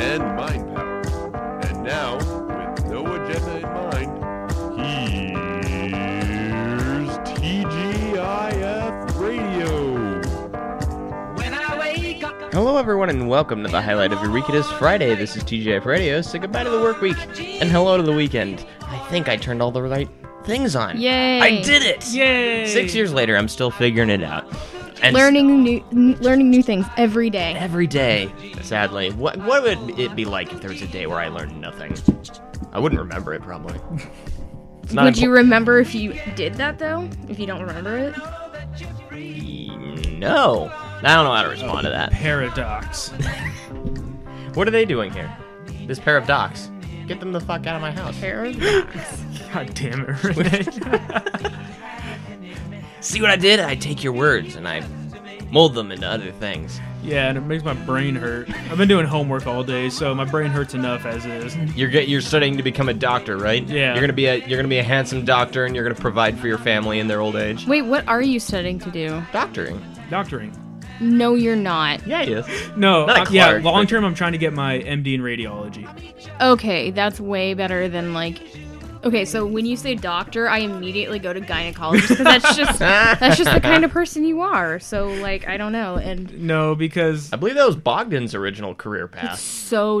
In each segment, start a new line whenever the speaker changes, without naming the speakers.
and mind power. And now, with no agenda in mind, here's TGIF Radio.
Hello, everyone, and welcome to the highlight of your week. It is Friday. This is TJF Radio. So goodbye to the work week and hello to the weekend. I think I turned all the right things on.
Yay.
I did it! Yay! Six years later, I'm still figuring it out. And
learning new n- learning new things every day.
every day. Sadly, what what would it be like if there was a day where I learned nothing? I wouldn't remember it probably. It's not
Would you
impor-
remember if you did that though? If you don't remember it?
No, I don't know how to respond to that.
Paradox.
What are they doing here? This pair of docs. Get them the fuck out of my house.
God damn it, Renee.
See what I did? I take your words and I mold them into other things.
yeah, and it makes my brain hurt. I've been doing homework all day, so my brain hurts enough as is.
You're get, you're studying to become a doctor, right?
Yeah.
You're gonna be a you're gonna be a handsome doctor, and you're gonna provide for your family in their old age.
Wait, what are you studying to do?
Doctoring.
Doctoring.
No, you're not.
Yeah, yes.
No,
Not a
uh, yeah,
clerk, but-
long term, I'm trying to get my MD in radiology.
Okay, that's way better than like. Okay, so when you say doctor, I immediately go to gynecologist because that's just that's just the kind of person you are. So like, I don't know, and
No, because
I believe that was Bogdan's original career path.
so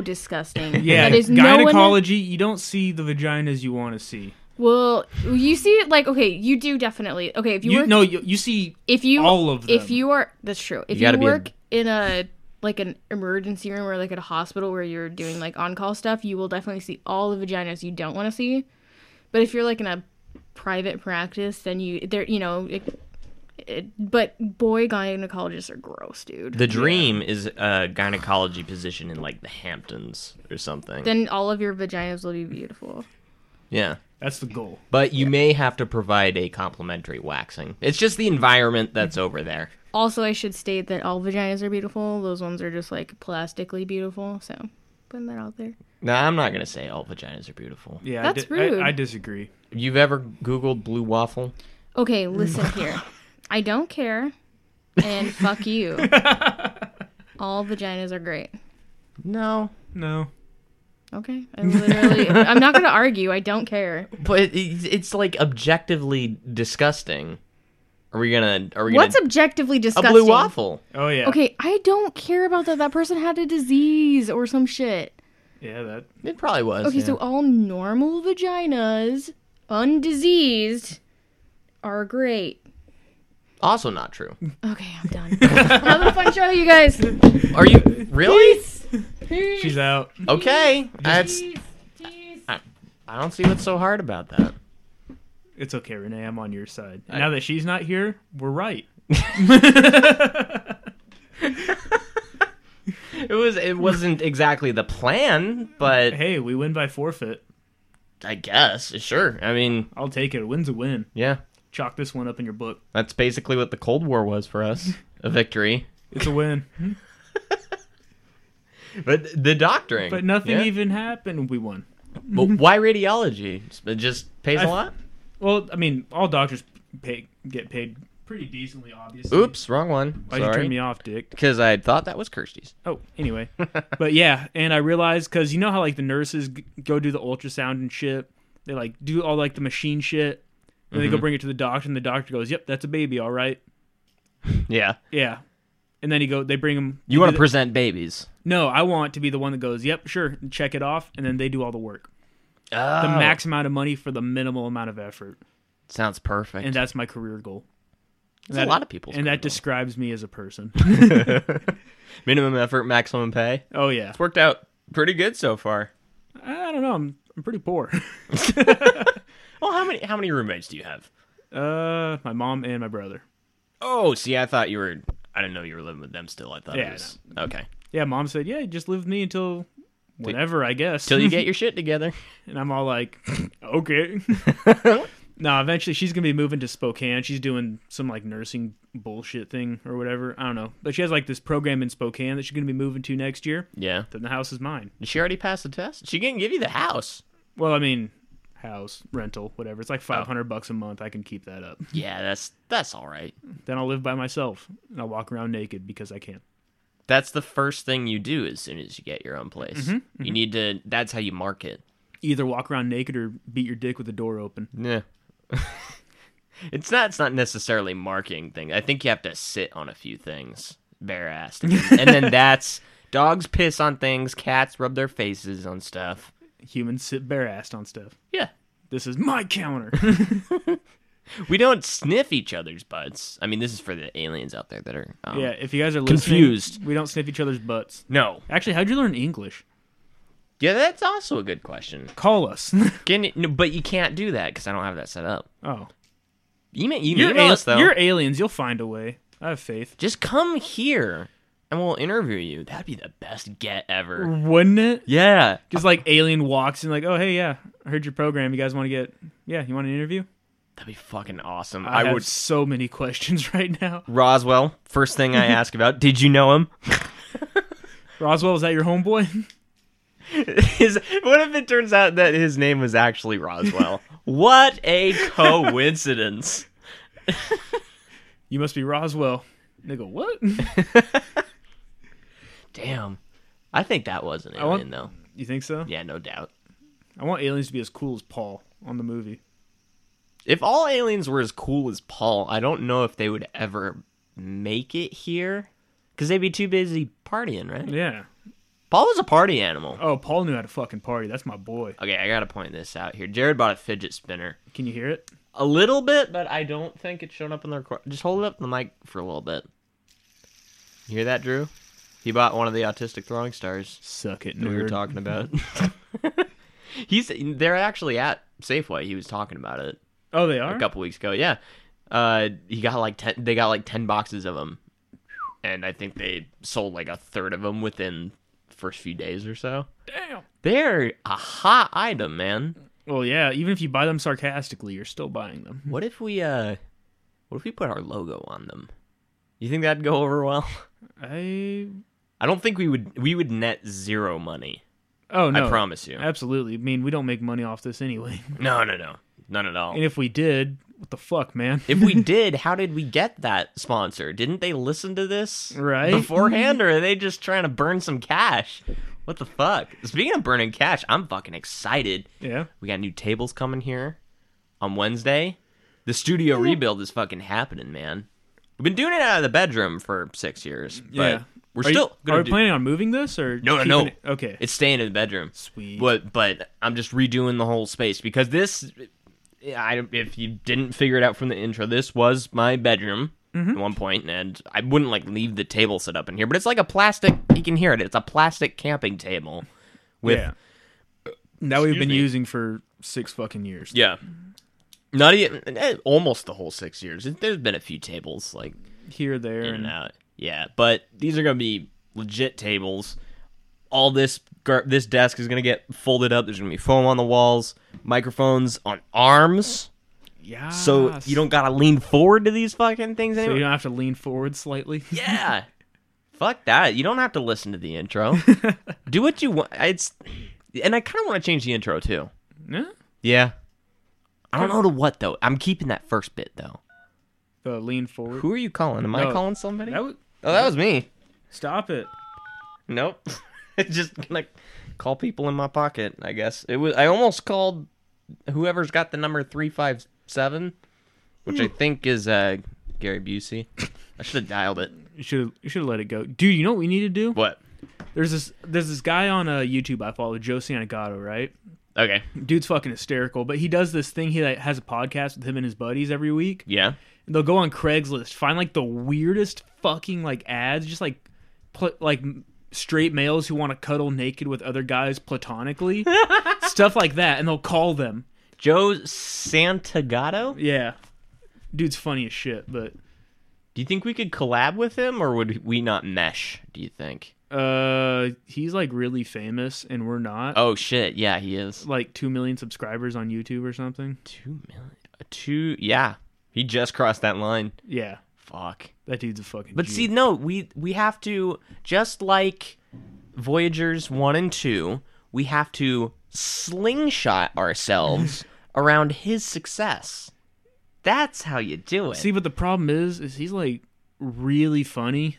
disgusting.
yeah,
that is No one,
gynecology, you don't see the vaginas you want to see.
well, you see it like okay, you do definitely okay if you,
You
work
no, you, you see
if you
all of them.
if you are that's true if you,
gotta be a-
work in a like an emergency room or like at a hospital where you're doing like on-call stuff you will definitely see all the vaginas you don't want to see but if you're like in a private practice then you there you know it, it, but boy gynecologists are gross dude
The dream is a gynecology position in like the Hamptons or something.
then all of your vaginas will be beautiful
yeah.
that's the goal.
But you may have to provide a complimentary waxing. It's just the environment that's over there.
also i should state that all vaginas are beautiful those ones are just like plastically beautiful so putting that out there
No, I'm not gonna say all vaginas are beautiful.
Yeah, I
That's
di-
rude.
I, I disagree.
You've ever Googled blue waffle?
Okay,
Mm.
listen here. I don't care. And fuck you. All vaginas are great.
No.
No,
Okay. I literally I'm not gonna argue, I don't care.
But it- it's, it's like objectively disgusting. Are we gonna? Are we
What's
gonna?
objectively disgusting?
a blue waffle?
oh yeah,
Okay, I don't care about that. That person had a disease or some shit.
yeah, that
It probably was.
Okay,
yeah.
so all normal vaginas, undiseased, are great.
also not true.
Okay, I'm done. Have a fun show, you guys.
Are you really?
she's out.
Okay, that's. I, I don't see what's so hard about that.
It's okay, Renee. I'm on your side. now that she's not here, we're right.
It was. It wasn't exactly the plan, but
Hey, we win by forfeit.
I guess sure. I mean,
I'll take it. A win's a win.
yeah,
Chalk this one up in your book.
that's basically what the Cold War was for us. A victory,
It's a win.
but the doctoring.
But nothing
yeah.
even happened. We won.
But why radiology? It just pays a
I-
lot.
Well, I mean, all doctors pay get paid pretty decently, obviously.
Oops, wrong one.
Why'd you
Sorry.
turn me off, Dick?
because I thought that was Kirsty's.
Oh, anyway. but yeah, and I realized because you know how like the nurses g- go do the ultrasound and shit. They like do all like the machine shit. And
Mm-hmm.
they go bring it to the doctor, and the doctor goes, "Yep, that's a baby, all right."
Yeah.
Yeah. And then he go, they bring him.
You want to
to
present babies.
No, I want to be the one that goes, yep, sure, and check it off, and then they do all the work.
Oh.
The max amount of money for the minimal amount of effort.
Sounds perfect.
And that's my career goal.
That's a lot of people's
And
career
that
goal.
describes me as a person.
Minimum effort, maximum pay.
oh, yeah.
It's worked out pretty good so far.
I don't know. I'm, I'm pretty poor.
Well, how many how many roommates do you have?
Uh, my mom and my brother.
Oh, see, I thought you were. I didn't know you were living with them still. I thought
Yeah,
it was okay.
Yeah, mom said, "Yeah, just live with me until whenever, I guess."
Till you get your shit together.
and I'm all like, "Okay." no, eventually she's gonna be moving to Spokane. She's doing some like nursing bullshit thing or whatever. I don't know, but she has like this program in Spokane that she's gonna be moving to next year.
Yeah.
Then the house is mine.
Did she already pass the test? She didn't give you the house.
Well, I mean, house rental, whatever. It's like five hundred bucks a month. I can keep that up.
Yeah, that's that's all right.
Then I'll live by myself and I'll walk around naked because I can.
That's the first thing you do as soon as you get your own place. You need to. That's how you market.
Either walk around naked or beat your dick with the door open.
Yeah. it's not. It's not necessarily marketing thing. I think you have to sit on a few things bare assed, and then that's dogs piss on things, cats rub their faces on stuff.
Humans sit bare assed on stuff.
Yeah.
This is my counter.
We don't sniff each other's butts. I mean, this is for the aliens out there that are um,
yeah, if you guys are listening,
confused.
we don't sniff each other's butts.
No.
Actually, how'd you learn English?
Yeah, that's also a good question.
Call us.
Can you, no, but you can't do that because I don't have that set up.
oh,
Email, you
you're,
email
al-
us though.
you're aliens. You'll find a way. I have faith.
Just come here and we'll interview you. That'd be the best get ever.
Wouldn't it?
Yeah.
Just like alien walks and like, oh hey yeah, I heard your program. You guys want to get yeah? You want an interview?
That'd be fucking awesome.
I,
I,
have
would.
so many questions right now.
Roswell, first thing I ask about, did you know him?
Roswell, is that your homeboy?
His, what if it turns out that his name was actually Roswell? what a coincidence.
you must be Roswell. And they go, what?
Damn. I think that was an alien,
want-
though.
you think so?
Yeah, no doubt.
I want aliens to be as cool as Paul on the movie.
If all aliens were as cool as Paul, I don't know if they would ever make it here. Because they'd be too busy partying, right?
Yeah.
Paul was a party animal.
Oh, Paul knew how to fucking party. That's my boy.
Okay, I gotta point this out here. Jared bought a fidget spinner.
Can you hear it?
A little bit, but I don't think it's shown up in the record. Just hold it up in the mic for a little bit. You hear that, Drew? He bought one of the autistic throwing stars
Suck it,
that we were talking about. He's they're actually at Safeway. He was talking about it
Oh, they are.
a couple weeks ago. Yeah, uh, he got like ten. They got like ten boxes of them, and I think they sold like a third of them within first few days or so.
Damn.
They're a hot item, man.
Well, yeah. Even if you buy them sarcastically, you're still buying them.
What if we uh what if we put our logo on them? You think that'd go over well?
I.
I don't think we would we would net zero money.
Oh no.
I promise you.
Absolutely. I mean, we don't make money off this anyway.
No, no, no. None at all.
And if we did, what the fuck, man?
If we did, how did we get that sponsor? Didn't they listen to this
Right. Mm-hmm.
beforehand or are they just trying to burn some cash? What the fuck? Speaking of burning cash, I'm fucking excited.
yeah.
We got new tables coming here on Wednesday. The studio rebuild is fucking happening, man. We've been doing it out of the bedroom for six years, but
Yeah.
we're
Are you-
still gonna
are we
do-
planning on moving this or
No, no,
keeping
no.
it- Okay.
It's staying in the bedroom.
Sweet.
But but I'm just redoing the whole space because this, I if you didn't figure it out from the intro, this was my bedroom
Mm-hmm.
at one point, and I wouldn't like leave the table set up in here. But it's like a plastic. You can hear it. It's a plastic camping table. With
yeah. That we've been
me.
using for six fucking years.
Yeah. Not even eh, almost the whole six years. There's been a few tables like
Here, there,
in and
and
out. Yeah, but these are gonna be legit tables. All this gar- this desk is gonna get folded up. There's gonna be foam on the walls, microphones on arms,
yeah.
so you don't gotta lean forward to these fucking things
Ah, So
anymore.
you don't have to lean forward slightly.
yeah, fuck that. You don't have to listen to the intro. Do what you want. It's and I kind of want to change the intro too.
Yeah.
Yeah. I don't know to what though. I'm keeping that first bit though.
The lean forward.
Who are you calling? Am I
No,
calling somebody?
That would
oh, that was me.
stop it.
Nope. Just gonna call people in my pocket, I guess. It was I almost called whoever's got the number three five seven, which I think is uh Gary Busey. I should have dialed it.
You should you should have let it go, dude. You know what we need to do?
What?
There's this there's this guy on uh, YouTube I follow, Joe Santagato, right?
Okay.
Dude's fucking hysterical, but he does this thing. He like, has a podcast with him and his buddies every week.
Yeah.
They'll go on Craigslist, find like the weirdest fucking like ads, just like pl- like m- straight males who want to cuddle naked with other guys platonically, stuff like that, and they'll call them.
Joe Santagato?
Yeah, dude's funny as shit, but
Do you think we could collab with him or would we not mesh, do you think?
Uh, he's like really famous, and we're not.
Oh shit! Yeah, he is
Like two million subscribers on YouTube or something.
two million. uh, Two. Yeah, he just crossed that line.
Yeah,
Fuck.
that dude's a fucking.
But
G.
see, no, we we have to just like Voyagers one and two, we have to slingshot ourselves around his success. That's how you do it.
see, but the problem is, is he's like really funny,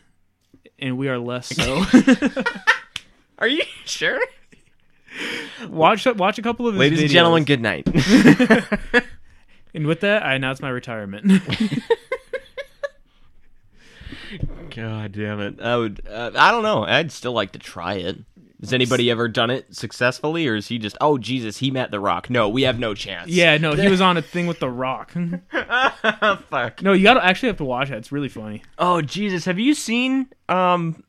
and we are less so.
Are you sure?
watch watch a couple of his
Ladies and
videos.
gentlemen, good night.
And with that, I announce my retirement.
God damn it! I would. Uh, I don't know. I'd still like to try it. Has anybody ever done it successfully, or is he just? Oh Jesus, he met The Rock. No, we have no chance.
yeah, no, he was on a thing with The Rock.
Fuck.
no, you gotta actually have to watch that. It's really funny.
Oh Jesus, have you seen um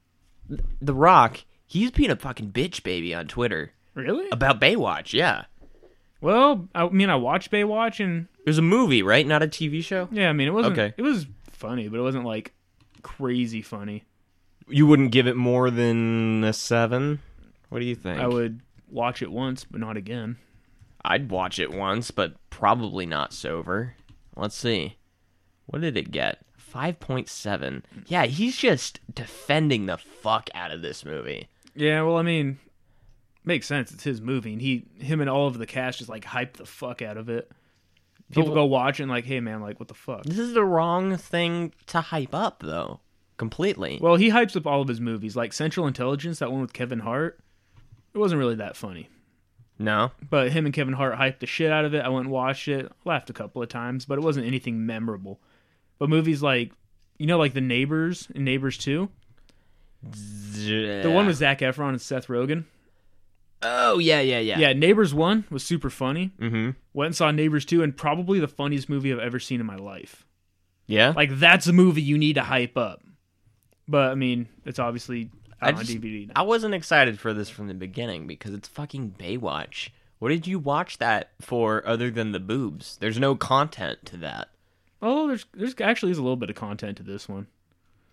The Rock? He's being a fucking bitch baby on Twitter
Really?
about Baywatch. Yeah.
Well, I mean, I watched Baywatch, and
It was a movie, right? Not a TV show.
yeah, I mean, it wasn't.
Okay.
It was funny, but it wasn't like crazy funny.
You wouldn't give it more than a 7? What do you think?
I would watch it once, but not again.
I'd watch it once, but probably not sober. Let's see. What did it get? 5.7. Yeah, he's just defending the fuck out of this movie.
Yeah, well, I mean, makes sense. It's his movie, and he, him, and all of the cast just like hype the fuck out of it. People go watch it and like, hey man, like what the fuck?
This is the wrong thing to hype up, though. Completely.
Well, he hypes up all of his movies, like Central Intelligence, that one with Kevin Hart. It wasn't really that funny,
No?
but him and Kevin Hart hyped the shit out of it. I went and watched it, laughed a couple of times, but it wasn't anything memorable. But movies like, you know, like The Neighbors and Neighbors Two, the one with Zach Efron and Seth Rogen.
Oh, yeah, yeah, yeah.
Yeah, Neighbors One was super funny.
Mm-hmm.
Went and saw Neighbors Two, and probably the funniest movie I've ever seen in my life.
Yeah?
Like that's a movie you need to hype up. But I mean, it's obviously
I
out on
just-
DVD. Now.
I wasn't excited for this from the beginning because it's fucking Baywatch. What did you watch that for other than the boobs? There's no content to that.
Although Oh, there's there's actually is a little bit of content to this one.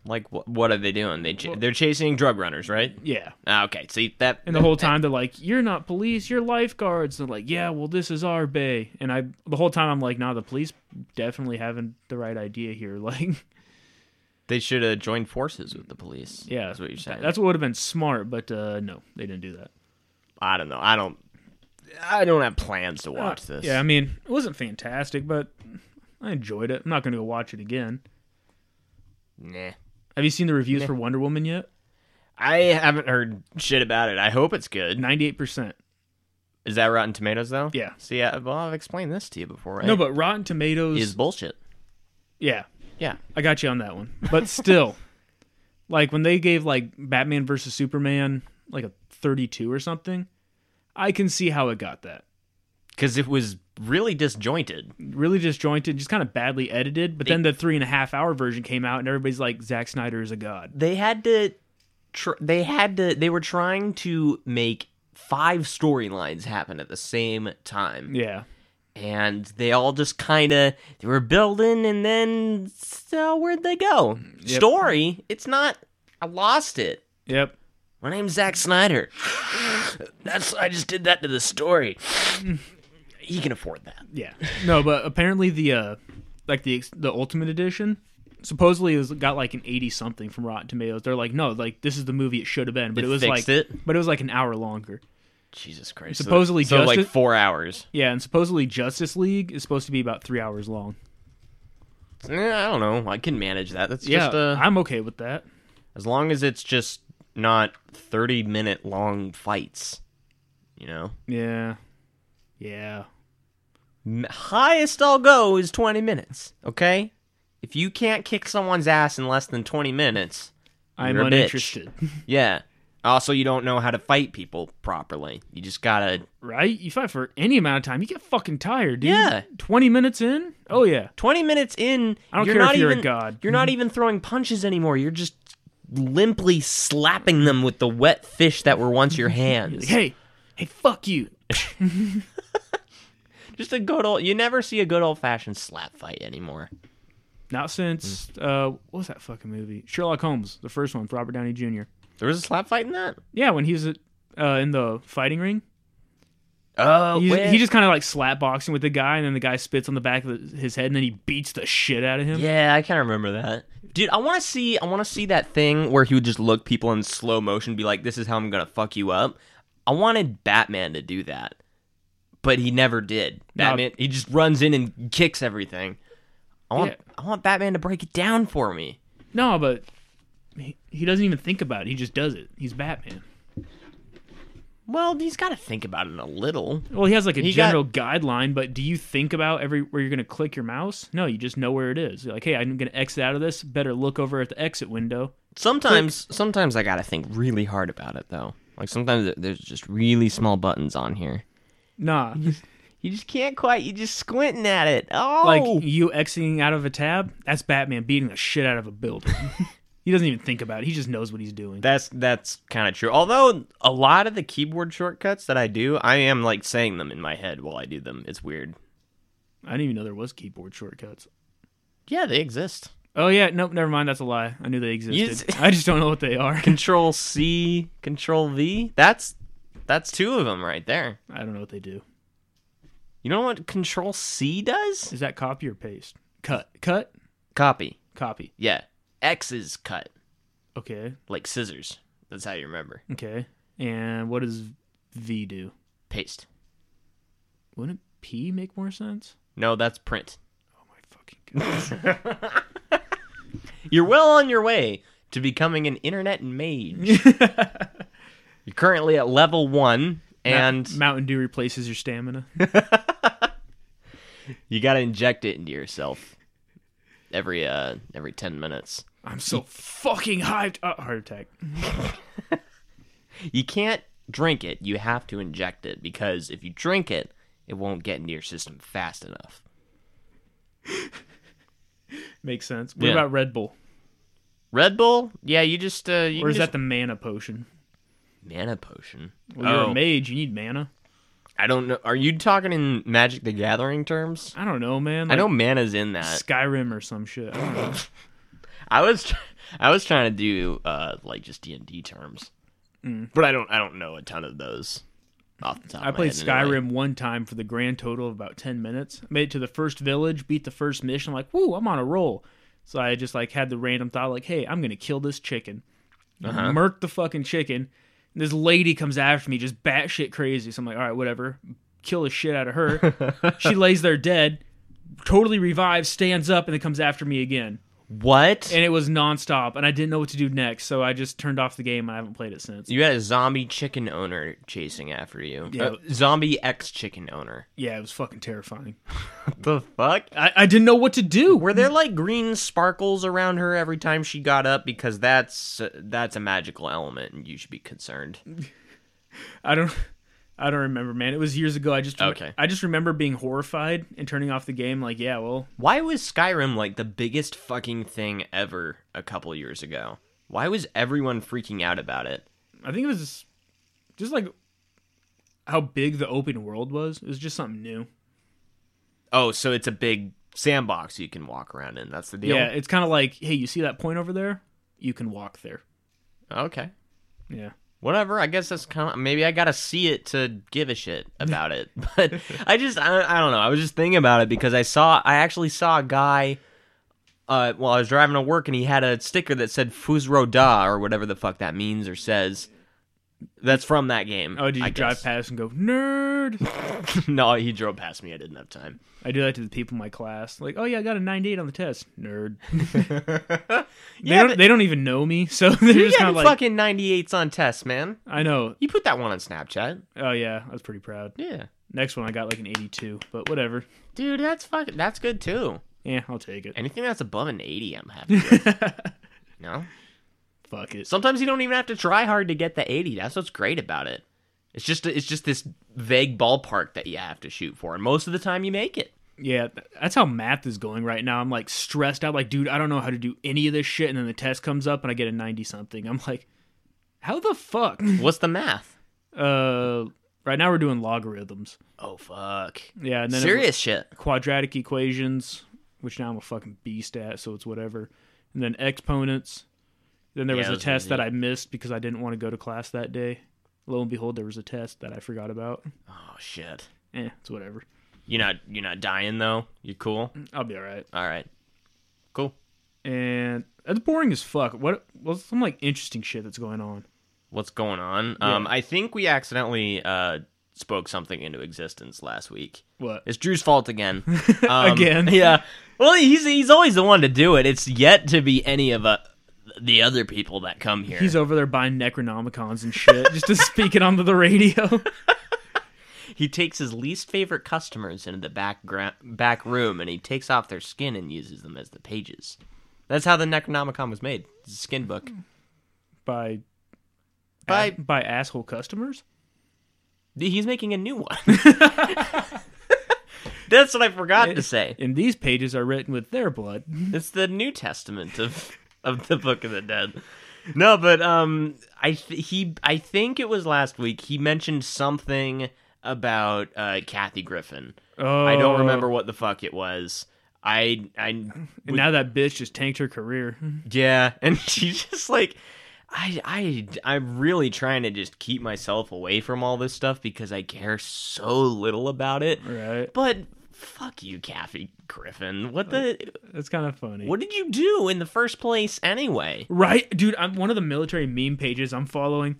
Like, wh- what are they doing? They ch- they're chasing drug runners, right?
Yeah.
Ah, okay, see that.
And the whole time they're like, "You're not police, you're lifeguards." And they're like, "Yeah, well, this is our bay." And I the whole time I'm like, "Nah, the police definitely haven't the right idea here." Like,
they should have joined forces with the police.
yeah,
that's what you're saying.
That's what would have been smart, but uh, no, they didn't do that.
I don't know. I don't. I don't have plans to watch this.
Uh, Yeah, I mean, it wasn't fantastic, but I enjoyed it. I'm not going to go watch it again.
nah.
Have you seen the reviews for Wonder Woman yet?
I haven't heard shit about it. I hope it's good.
98%.
Is that Rotten Tomatoes though?
Yeah.
See, I, well, I've explained this to you before. Right?
No, but Rotten Tomatoes
is bullshit.
Yeah.
Yeah.
I got you on that one. But still, like when they gave like Batman versus Superman like a 32 or something, I can see how it got that.
because it was really disjointed.
Really disjointed, just kind of badly edited. But then the three and a half hour version came out, and everybody's like, Zack Snyder is a god.
They had to, tr- they had to, they were trying to make five storylines happen at the same time,
Yeah.
and they all just kind of they were building, and then so where'd they go? Story, it's not. I lost it.
Yep.
My name's Zack Snyder. That's I just did that to the story. He can afford that.
Yeah. No, but apparently the, uh, like the, ex- the Ultimate Edition. Supposedly it was got like an eighty something from Rotten Tomatoes. They're like, no, like this is the movie it should have been, but
It
it, was
fixed
like,
it?
but it was like an hour longer.
Jesus Christ!
Supposedly
so, so like
Justice-
four hours.
Yeah, and supposedly Justice League is supposed to be about three hours long.
Eh, I don't know. I can manage that. That's
yeah,
just uh,
I'm okay with that.
As long as it's just not 30 minute long fights, you know?
Yeah, yeah,
M- Highest I'll go is 20 minutes, okay? If you can't kick someone's ass in less than 20 minutes,
I'm
You're a bitch.
uninterested.
yeah. Also, you don't know how to fight people properly. You just gotta.
right? You fight for any amount of time, you get fucking tired, dude.
Yeah.
twenty minutes in. Oh yeah,
20 minutes in,
I don't
you're
care if
not
you're a
even,
god.
You're not even throwing punches anymore. You're just limply slapping them with the wet fish that were once your hands.
hey, hey, fuck you.
just a good old. You never see a good old fashioned slap fight anymore.
Not since uh, what was that fucking movie? Sherlock Holmes, the first one, with Robert Downey Jr.
There was a slap fight in that.
Yeah, when he was uh, in the fighting ring,
Oh,
he,
wait.
he just kind of like slap boxing with the guy, and then the guy spits on the back of his head, and then he beats the shit out of him.
Yeah, I kind of remember that. Dude, I want to see I want to see that thing where he would just look people in slow motion be like this is how I'm going to fuck you up. I wanted Batman to do that. But he never did.
No.
Batman he just runs in and kicks everything. I want
Yeah.
I want Batman to break it down for me.
No, but he, he doesn't even think about it. He just does it. He's Batman.
Well, he's got to think about it a little.
Well, he has like a
He got-
general guideline, but do you think about every where you're going to click your mouse? No, you just know where it is. You're like, hey, I'm going to exit out of this. Better look over at the exit window.
Sometimes sometimes I got to think really hard about it though. Like sometimes there- there's just really small buttons on here.
Nah,
You just can't quite. You just squinting at it. Oh,
like you exiting out of a tab. That's Batman beating the shit out of a building. he doesn't even think about it. He just knows what he's doing.
That's that's kind of true. Although a lot of the keyboard shortcuts that I do, I am like saying them in my head while I do them. It's weird.
I didn't even know there was keyboard shortcuts.
Yeah, they exist.
Oh yeah, nope, never mind. That's a lie. I knew they existed.
just-
I just don't know what they are.
Control C, Control V. That's that's two of them right there.
I don't know what they do.
You know what Control C does?
Is that copy or paste? Cut, cut,
Copy.
copy.
Yeah. X is cut
Okay,
like scissors. That's how you remember.
okay. And what does V do?
Paste.
Wouldn't P make more sense?
No, that's print.
Oh my fucking god!
You're well on your way to becoming an internet mage. You're currently at level 1 and
Mountain Dew replaces your stamina.
You gotta inject it into yourself every uh every ten minutes.
I'm so fucking hyped. Uh, heart attack.
You can't drink it. You have to inject it because if you drink it, it won't get into your system fast enough.
Makes sense. What
Yeah.
about Red Bull?
Red Bull? Yeah, you just uh, you
Or
can
is that
just
the mana potion?
mana potion?
Well, you're
Oh,
a mage. You need mana.
I don't know. Are you talking in Magic the Gathering terms?
I don't know, man.
I know
Like
mana's in that.
Skyrim or some shit. I don't know.
I was tr- I was trying to do uh like just D and D terms, but I don't I don't know a ton of those. Off the top
Mm. I
of my
played
head anyway.
Skyrim one time for the grand total of about ten minutes. Made it to the first village, beat the first mission. Like, woo, I'm on a roll. So I just like had the random thought, like, hey, I'm gonna kill this chicken,
Uh-huh.
murk the fucking chicken. And this lady comes after me, just batshit crazy. So I'm like, all right, whatever, kill the shit out of her. she lays there dead, totally revives, stands up, and then comes after me again.
What?
And it was nonstop, and I didn't know what to do next, so I just turned off the game and I haven't played it since.
You had a zombie chicken owner chasing after you.
Yeah.
Uh, zombie ex chicken owner.
Yeah, it was fucking terrifying.
What the fuck?
I, I didn't know what to do.
Were there like green sparkles around her every time she got up? Because that's uh, that's a magical element, and you should be concerned.
I don't I don't remember, man. It was years ago. I just
Okay.
I just remember being horrified and turning off the game like, yeah, well,
Why was Skyrim like the biggest fucking thing ever a couple years ago? Why was everyone freaking out about it?
I think it was just, just like how big the open world was. It was just something new.
Oh, so it's a big sandbox you can walk around in. That's the deal.
Yeah, it's kind of like, hey, you see that point over there? You can walk there.
Okay.
Yeah.
whatever i guess that's kind of maybe i gotta see it to give a shit about it but i just I, I don't know i was just thinking about it because i saw i actually saw a guy uh, while i was driving to work and he had a sticker that said fuzro da or whatever the fuck that means or says that's from that game
Oh, did you
I
drive
guess.
past and go nerd?
no he drove past me i didn't have time
I do that to the people in my class. Like, oh yeah, I got a 98 on the test. Nerd. they,
Yeah,
don't,
but-
they don't even know me, so they're
you
just kind
got
of like,
fucking 98s on tests man
I know.
you put that one on snapchat
Oh yeah, I was pretty proud.
yeah
Next one, I got like an 82, but whatever.
dude that's fucking that's good too
Yeah, I'll take it.
anything that's above an 80 i'm happy with no
Fuck it.
Sometimes you don't even have to try hard to get the 80. That's what's great about it. It's just it's just this vague ballpark that you have to shoot for, and most of the time you make it.
Yeah, th- that's how math is going right now. I'm like stressed out, like, dude, I don't know how to do any of this shit. And then the test comes up and I get a 90 something. I'm like, how the fuck?
What's the math?
uh, right now we're doing logarithms.
Oh fuck.
Yeah, and then it-
Serious shit.
quadratic equations, which now I'm a fucking beast at, so it's whatever. And then exponents. Then there
Yeah,
was a
those are
test that
easy.
I missed because I didn't want to go to class that day. Lo and behold, there was a test that I forgot about.
Oh shit.
Eh, it's whatever.
You're not you're not dying though. You're cool.
I'll be all right.
All right. Cool.
And that's boring as fuck. What? What's some like interesting shit that's going on?
What's going on? Um, I think we accidentally uh spoke something into existence last week.
What?
It's Drew's fault again. Um,
Again.
Yeah. Well, he's he's always the one to do it. It's yet to be any of uh, the other people that come here.
He's over there buying Necronomicons and shit just to speak it onto the radio.
he takes his least favorite customers into the back gra- back room and he takes off their skin and uses them as the pages. That's how the Necronomicon was made. It's a skin book.
by
By-
by asshole customers.
He's making a new one. That's what I forgot to say.
And these pages are written with their blood.
It's the New Testament of of the Book of the Dead. No, but um, I th- he I think it was last week he mentioned something about uh, Kathy Griffin.
Oh,
I don't remember what the fuck it was. I I
And now that bitch just tanked her career.
yeah, and she's just like. I, I I'm really trying to just keep myself away from all this stuff because I care so little about it.
Right.
But fuck you, Kathy Griffin. What the
That's kind of funny.
what did you do in the first place anyway?
Right, dude. I'm one of the military meme pages I'm following.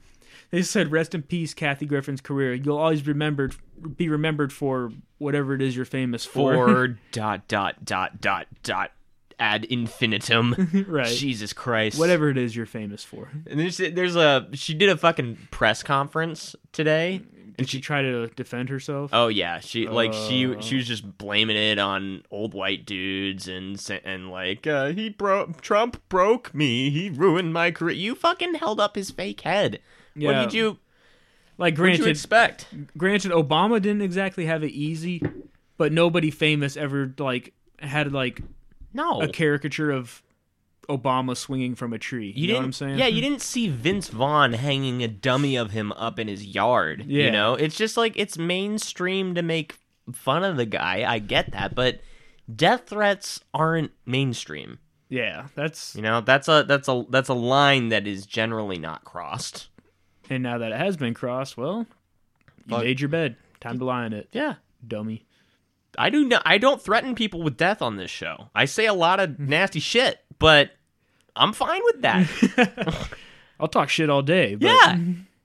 They said, "Rest in peace, Kathy Griffin's career. You'll always remembered, be remembered for whatever it is you're famous for."
Or dot dot dot dot dot ad infinitum.
right.
Jesus Christ.
whatever it is you're famous for.
And there's, there's a she did a fucking press conference today.
Did she try to defend herself?
Oh yeah, she like she she was just blaming it on old white dudes and sa- and like uh, he bro Trump broke me, he ruined my career. You fucking held up his fake head. What
Yeah.
did you
like
what did you
granted,
expect?
granted, Obama didn't exactly have it easy, but nobody famous ever like had like
No,
a caricature of Obama swinging from a tree. You,
You
know
didn't,
what I'm saying?
Yeah, you didn't see Vince Vaughn hanging a dummy of him up in his yard.
Yeah.
You know, it's just like it's mainstream to make fun of the guy. I get that, but death threats aren't mainstream.
yeah. That's
You know, that's a that's a that's a line that is generally not crossed.
And now that it has been crossed, well, you
Fuck.
made your bed. Time to lie in it,
Yeah.
dummy.
I do not I don't threaten people with death on this show. I say a lot of nasty shit, but I'm fine with that.
I'll talk shit all day. But
Yeah.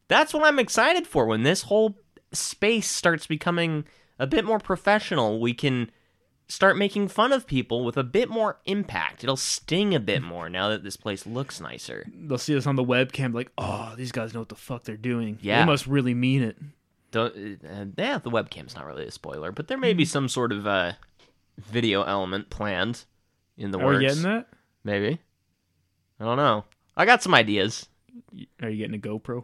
That's what I'm excited for when this whole space starts becoming a bit more professional. We can start making fun of people with a bit more impact. It'll sting a bit more now that this place looks nicer.
they'll see us on the webcam, like, oh, these guys know what the fuck they're doing.
Yeah.
They must really mean it.
Don't, uh, yeah, the webcam's not really a spoiler, but there may
Hmm.
be some sort of uh, video element planned in the
Are
works.
we getting that?
Maybe. I don't know. I got some ideas.
Are you getting a GoPro?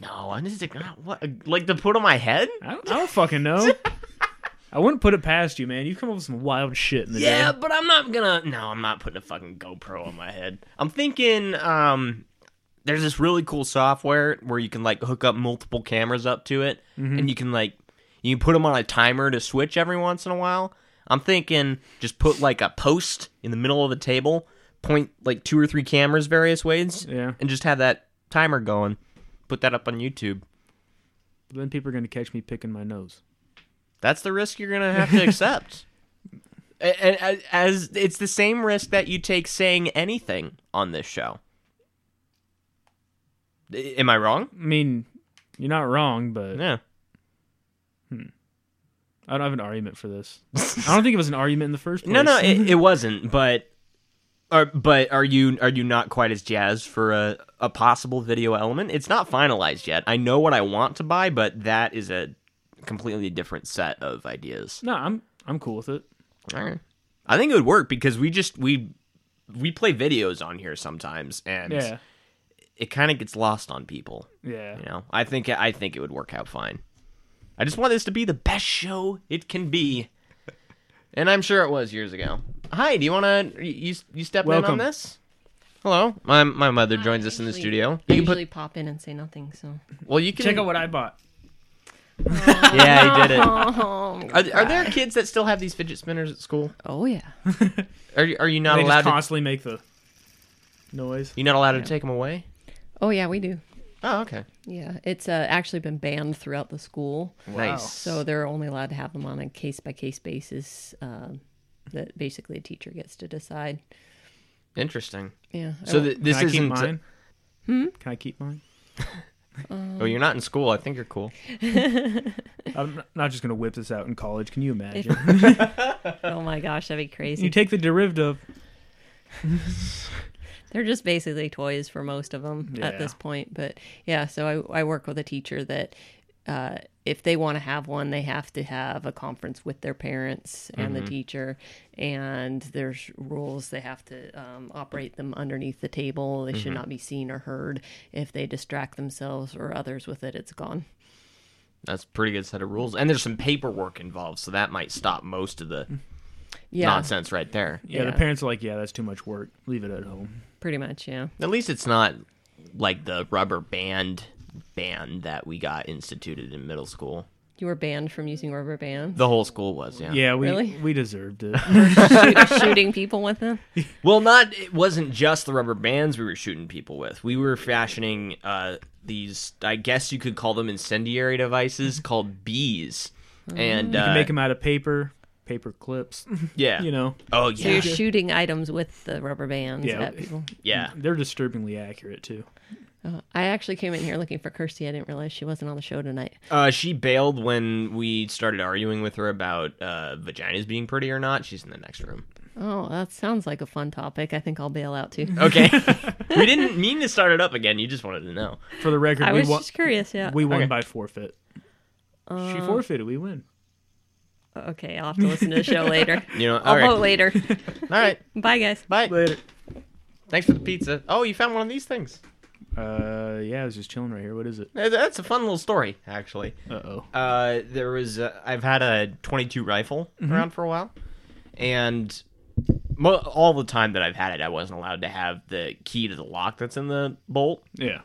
No, I'm just what like to put on my head.
I don't, I don't fucking know. I wouldn't put it past you, man. You've come up with some wild shit in the
Yeah,
day.
but I'm not gonna. No, I'm not putting a fucking GoPro on my head. I'm thinking, um, there's this really cool software where you can like hook up multiple cameras up to it, and you can like you can put them on a timer to switch every once in a while. I'm thinking just put like a post in the middle of the table, point like two or three cameras various ways,
Yeah.
and just have that timer going. Put that up on YouTube.
Then people are gonna catch me picking my nose.
That's the risk you're gonna have to accept. and as, as it's the same risk that you take saying anything on this show. A- Am I wrong?
I mean, you're not wrong, but
Yeah.
I don't have an argument for this. I don't think it was an argument in the first place.
No, no, it, it wasn't. But are but are you are you not quite as jazzed for a a possible video element? It's not finalized yet. I know what I want to buy, but that is a completely different set of ideas.
no, I'm I'm cool with it.
I think it would work because we just we we play videos on here sometimes, and
Yeah.
it kind of gets lost on people.
Yeah.
You know, I think I think it would work out fine. I just want this to be the best show it can be, and I'm sure it was years ago. Hi, do you want to you you step in on
Welcome.
this? Hello, my my mother joins us in the
usually-
studio.
I
You can
usually
put
pop in and say nothing. So
well, you can
Check out what I bought.
Yeah, he did it.
Oh,
Are, are there kids that still have these fidget spinners at school?
oh yeah,
Are you- are you not
they
allowed
just
to
constantly make the noise.
You're not allowed to take them away.
Oh yeah, we do.
Oh, okay.
Yeah, it's uh, actually been banned throughout the school,
Nice.
so they're only allowed to have them on a case by case basis. Um, that basically a teacher gets to decide. Oh,
Interesting.
Yeah. I
So
don't-
th- this
Can I keep
isn't.
mine?
Hmm?
Can I keep mine?
Oh, you're not in school. I think you're cool.
I'm n- not just gonna whip this out in college. Can you imagine?
oh my gosh, that'd be crazy.
you take the derivative.
They're just basically toys for most of them
Yeah.
at this point. But yeah, so I, I work with a teacher that uh, if they want to have one, they have to have a conference with their parents and
Mm-hmm.
the teacher. And there's rules they have to um, operate them underneath the table. They
Mm-hmm.
should not be seen or heard. If they distract themselves or others with it, it's gone.
That's a pretty good set of rules. And there's some paperwork involved, so that might stop most of the
Yeah,
nonsense right there.
Yeah, the
Yeah.
parents are like, yeah, that's too much work. Leave it at home.
pretty much. Yeah.
At least it's not like the rubber band ban that we got instituted in middle school.
You were banned from using rubber bands.
The whole school was, yeah.
Yeah, we
Really?
we deserved it.
Shoot, shooting people with them.
Well, not it wasn't just the rubber bands we were shooting people with. We were fashioning uh, these, I guess you could call them incendiary devices called bees, and
Mm-hmm. you
uh,
can make them out of paper, paper clips.
yeah,
you know,
oh
So
yeah,
you're shooting items with the rubber bands
Yeah.
at people.
yeah.
they're disturbingly accurate too.
I actually came in here looking for Kirsty. I didn't realize she wasn't on the show tonight.
Uh, she bailed when we started arguing with her about uh, vaginas being pretty or not. She's in the next room.
Oh, that sounds like a fun topic. I think I'll bail out too.
Okay, we didn't mean to start it up again. You just wanted to know.
For the record,
I
we
was
won.
just Uh, curious. Yeah.
We won
Okay.
by forfeit. she forfeited. We win.
okay, I'll have to listen to the show later.
You know,
I'll
all right,
vote later.
all right.
Bye, guys.
Bye.
Later.
Thanks for the pizza. Oh, you found one of these things.
Uh, yeah, I was just chilling right here. What is it?
Uh, That's a fun little story, actually.
Uh oh.
Uh, there was uh, I've had a 22 rifle
Mm-hmm.
around for a while, and mo- all the time that I've had it, I wasn't allowed to have the key to the lock that's in the bolt
Yeah,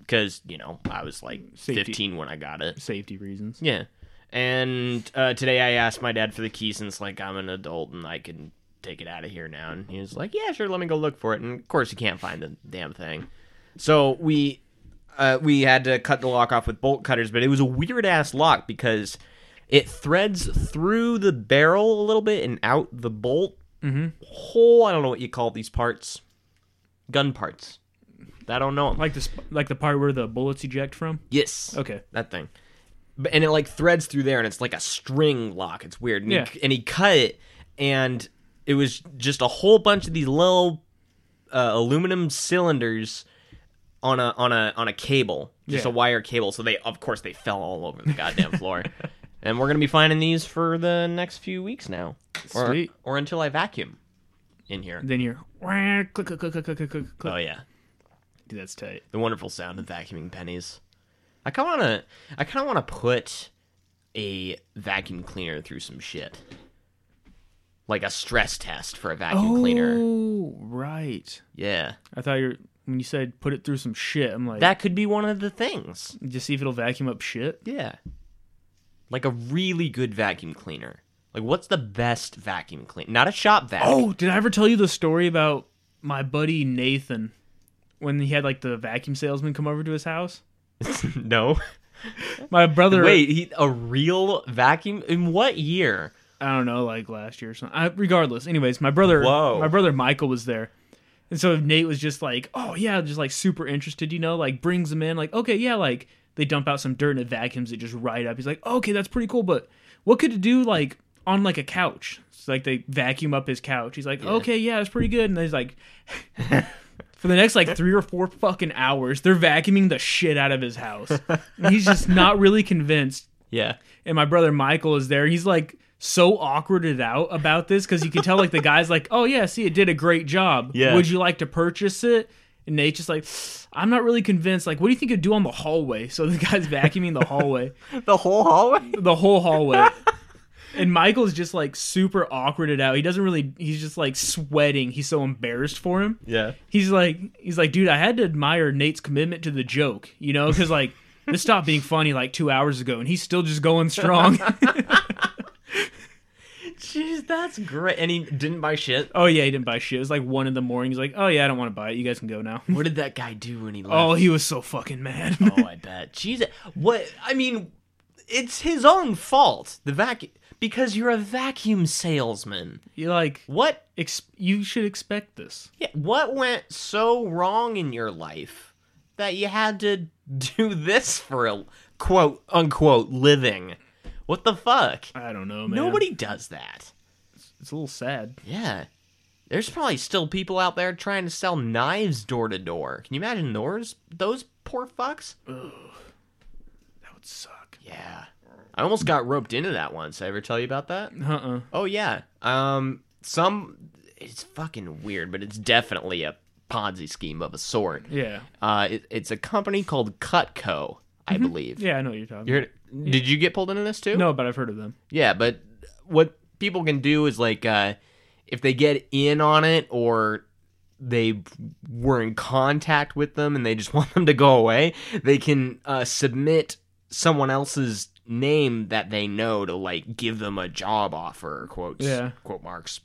because you know I was like
Safety.
15 when I got it.
safety reasons.
Yeah. And uh, today I asked my dad for the key since like I'm an adult and I can take it out of here now. And he was like, "Yeah, sure, let me go look for it." And of course, he can't find the damn thing. So we uh, we had to cut the lock off with bolt cutters, but it was a weird ass lock because it threads through the barrel a little bit and out the bolt hole. I don't know what you call these parts, gun parts. I don't know. 'em.
Like the sp- like the part where the bullets eject from.
yes,
Okay.
that thing. But, and it like threads through there, and it's like a string lock. It's weird. And,
Yeah.
he, and he cut it, and it was just a whole bunch of these little uh, aluminum cylinders on a on a on a cable, just
Yeah.
a wire cable. So they of course they fell all over the goddamn floor. and we're gonna be finding these for the next few weeks now, or
Sweet.
or until I vacuum in here.
Then you're click click click click click click click.
Oh
click.
yeah,
Dude, that's tight.
the wonderful sound of vacuuming pennies. I kind of want to. I kind of want to put a vacuum cleaner through some shit, like a stress test for a vacuum cleaner.
Oh right.
Yeah,
I thought you were, when you said put it through some shit. I'm like
that could be one of the things.
Just see if it'll vacuum up shit.
Yeah, like a really good vacuum cleaner. Like, what's the best vacuum cleaner? Not a shop vac.
Oh, did I ever tell you the story about my buddy Nathan when he had like the vacuum salesman come over to his house?
no!
My brother,
Wait, he, a real vacuum in what year?
I don't know, like last year or something. I, regardless, anyways, my brother,
Whoa.
my brother Michael was there, and so Nate was just like, "Oh yeah," just like super interested, you know, like brings him in, like, "Okay, yeah," like they dump out some dirt and it vacuums it just right up. He's like, "Okay, that's pretty cool," but what could it do like on like a couch? It's like they vacuum up his couch. He's like, "Okay, yeah, it's pretty good," and then he's like. For the next like three or four fucking hours, they're vacuuming the shit out of his house. And he's just not really convinced
Yeah,
and my brother Michael is there. He's like so awkwarded out about this because you can tell like the guy's like, "Oh yeah, see, it did a great job.
Yeah.
Would you like to purchase it?" And Nate's just like, "I'm not really convinced. Like, what do you think it'd do on the hallway?" So the guy's vacuuming the hallway,
the whole hallway.
the whole hallway. And Michael's just like super awkwarded out. He doesn't really. He's just like sweating. He's so embarrassed for him
Yeah,
he's like he's like dude i had to admire nate's commitment to the joke you know because like this stopped being funny like two hours ago and he's still just going strong
Jeez, that's great. And he didn't buy shit.
Oh yeah, he didn't buy shit. It was like one in the morning. He's like, oh yeah, I don't want to buy it. You guys can go now.
What did that guy do when he left?
Oh, he was so fucking mad.
oh, I bet. Jesus. What? I mean, it's his own fault. The vacuum. Because you're a vacuum salesman.
you like
What?
ex- you should expect this.
Yeah, what went so wrong in your life that you had to do this for a quote unquote living? What the fuck?
I don't know, man.
Nobody does that.
It's a little sad.
Yeah. There's probably still people out there trying to sell knives door to door. Can you imagine those those poor fucks?
That would suck.
Yeah. I almost got roped into that once. Did I ever tell you about that?
Uh uh
Oh yeah. Um some it's fucking weird, but it's definitely a Ponzi scheme of a sort.
Yeah.
Uh it, it's a company called Cutco, I believe.
Mm-hmm. Yeah, I know what you're talking.
You heard, did you get pulled into this too?
about. No, but I've heard of them.
Yeah, but what people can do is like uh, if they get in on it or they were in contact with them and they just want them to go away, they can uh, submit someone else's name that they know to like give them a job offer quotes
Yeah.
quote marks.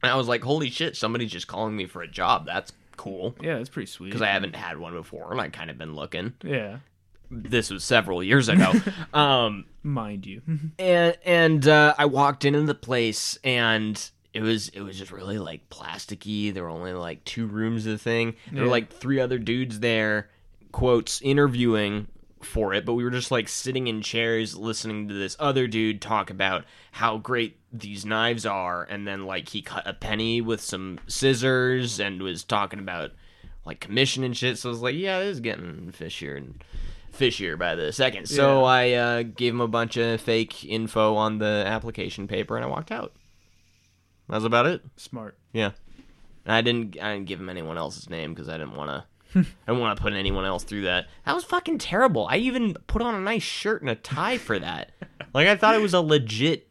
And I was like, holy shit, somebody's just calling me for a job. That's cool
Yeah, it's pretty sweet.
because I haven't had one before and I kind of been looking.
yeah,
This was several years ago. um
mind you.
and and uh, I walked into the place and it was it was just really like plasticky. There were only like two rooms of the thing. There were
Yeah.
like three other dudes there, quotes interviewing for it, but we were just like sitting in chairs listening to this other dude talk about how great these knives are and then like he cut a penny with some scissors and was talking about like commission and shit. So I was like, yeah, this is getting fishier and fishier by the second. So
Yeah.
I uh, gave him a bunch of fake info on the application paper and I walked out. That's about it.
Smart.
Yeah. And I didn't I didn't give him anyone else's name because I didn't want to.
Hmm.
I didn't want to put anyone else through that. That was fucking terrible. I even put on a nice shirt and a tie for that. like I thought it was a legit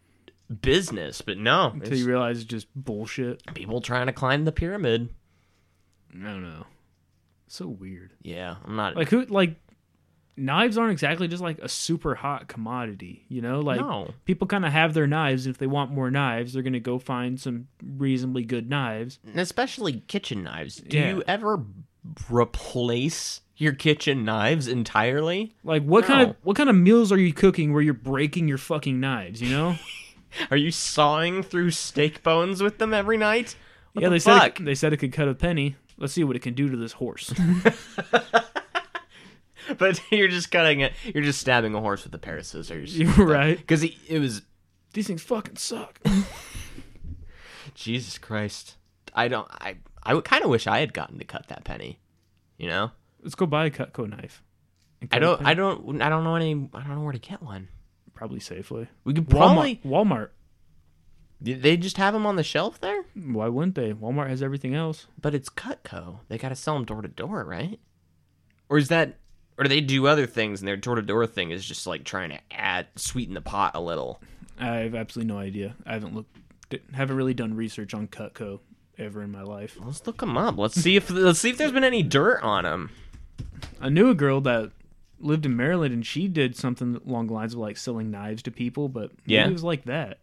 business, but no.
Until
it's
you realize it's just bullshit.
people trying to climb the pyramid.
I don't know. So weird.
Yeah, I'm not.
Like who? Like knives aren't exactly just like a super hot commodity. You know, like
No.
people kind of have their knives. And if they want more knives, they're gonna go find some reasonably good knives.
especially kitchen knives. Do
Yeah.
you ever replace your kitchen knives entirely?
Like what kind of
No.
what kind of meals are you cooking where you're breaking your fucking knives? You know.
Are you sawing through steak bones with them every night? What
yeah,
the
they said
fuck?
it, they said it could cut a penny. Let's see what it can do to this horse.
But you're just cutting it. You're just stabbing a horse with a pair of scissors.
You're right.
Because it was
These things fucking suck.
Jesus Christ. I don't. I I kind of wish I had gotten to cut that penny. You know.
Let's go buy a Cutco knife. And
I
cut a
don't.
penny,
I don't. I don't know any. I don't know where to get one.
probably safely.
We could probably.
Walmart. Walmart.
They just have them on the shelf there.
Why wouldn't they? Walmart has everything else.
But it's Cutco. They gotta sell them door to door, right? Or is that? Or do they do other things? And their door to door thing is just like trying to add sweeten the pot a little.
I have absolutely no idea. I haven't looked. di- Haven't really done research on Cutco ever in my life.
Let's look them up. Let's see if let's see if there's been any dirt on them.
I knew a girl that lived in Maryland and she did something along the lines of like selling knives to people, but maybe
Yeah.
it was like that.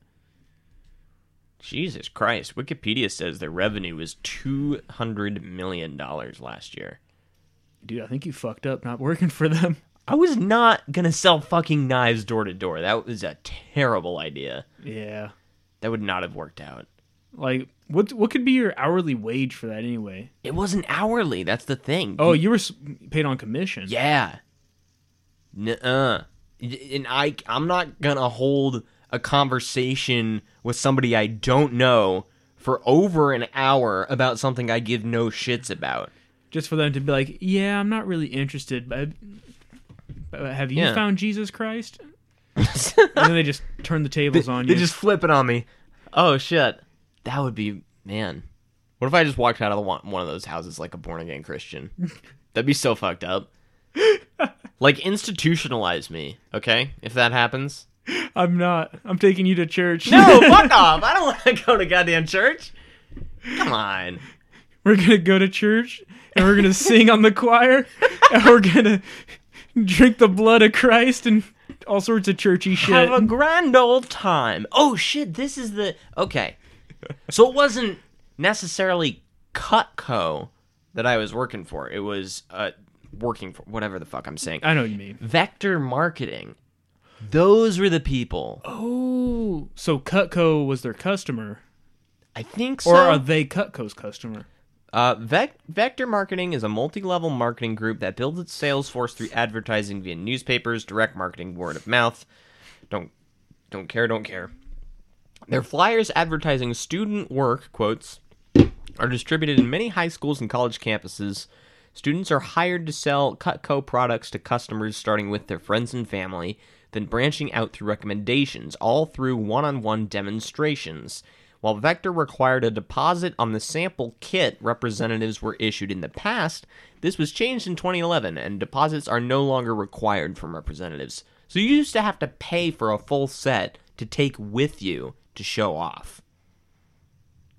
Jesus Christ! Wikipedia says their revenue was two hundred million dollars last year.
Dude, I think you fucked up not working for them.
I was not gonna sell fucking knives door to door. That was a terrible idea.
Yeah.
That would not have worked out.
Like what what could be your hourly wage for that anyway?
It wasn't hourly. That's the thing.
Oh, you were s- paid on commission.
Yeah. Nuh-uh. Y- And I, I'm not gonna hold a conversation with somebody I don't know for over an hour about something I give no shits about.
Just for them to be like, "Yeah, I'm not really interested, but but have you
Yeah.
found Jesus Christ?" and then they just turn the tables on
They
you.
just flip it on me. Oh shit, that would be man. What if I just walked out of the one, one of those houses like a born again Christian? That'd be so fucked up. like institutionalize me, okay? If that happens.
I'm not. I'm taking you to church.
No, fuck off! I don't want to go to goddamn church. Come on.
we're gonna go to church and we're gonna sing on the choir and we're gonna drink the blood of Christ and all sorts of churchy shit.
Have a grand old time. Oh shit, this is the okay. So it wasn't necessarily Cutco that I was working for. It was uh working for whatever the fuck I'm saying.
I know what you mean.
Vector marketing. Those were the people.
Oh, so Cutco was their customer,
I think so.
or are they Cutco's customer?
Uh, Vec- Vector Marketing is a multi-level marketing group that builds its sales force through advertising via newspapers, direct marketing, word of mouth. Don't don't care, don't care. Their flyers advertising student work quotes are distributed in many high schools and college campuses. Students are hired to sell Cutco products to customers starting with their friends and family, then branching out through recommendations, all through one on one demonstrations. While Vector required a deposit on the sample kit representatives were issued in the past, this was changed in 2011 and deposits are no longer required from representatives. So you used to have to pay for a full set to take with you to show off.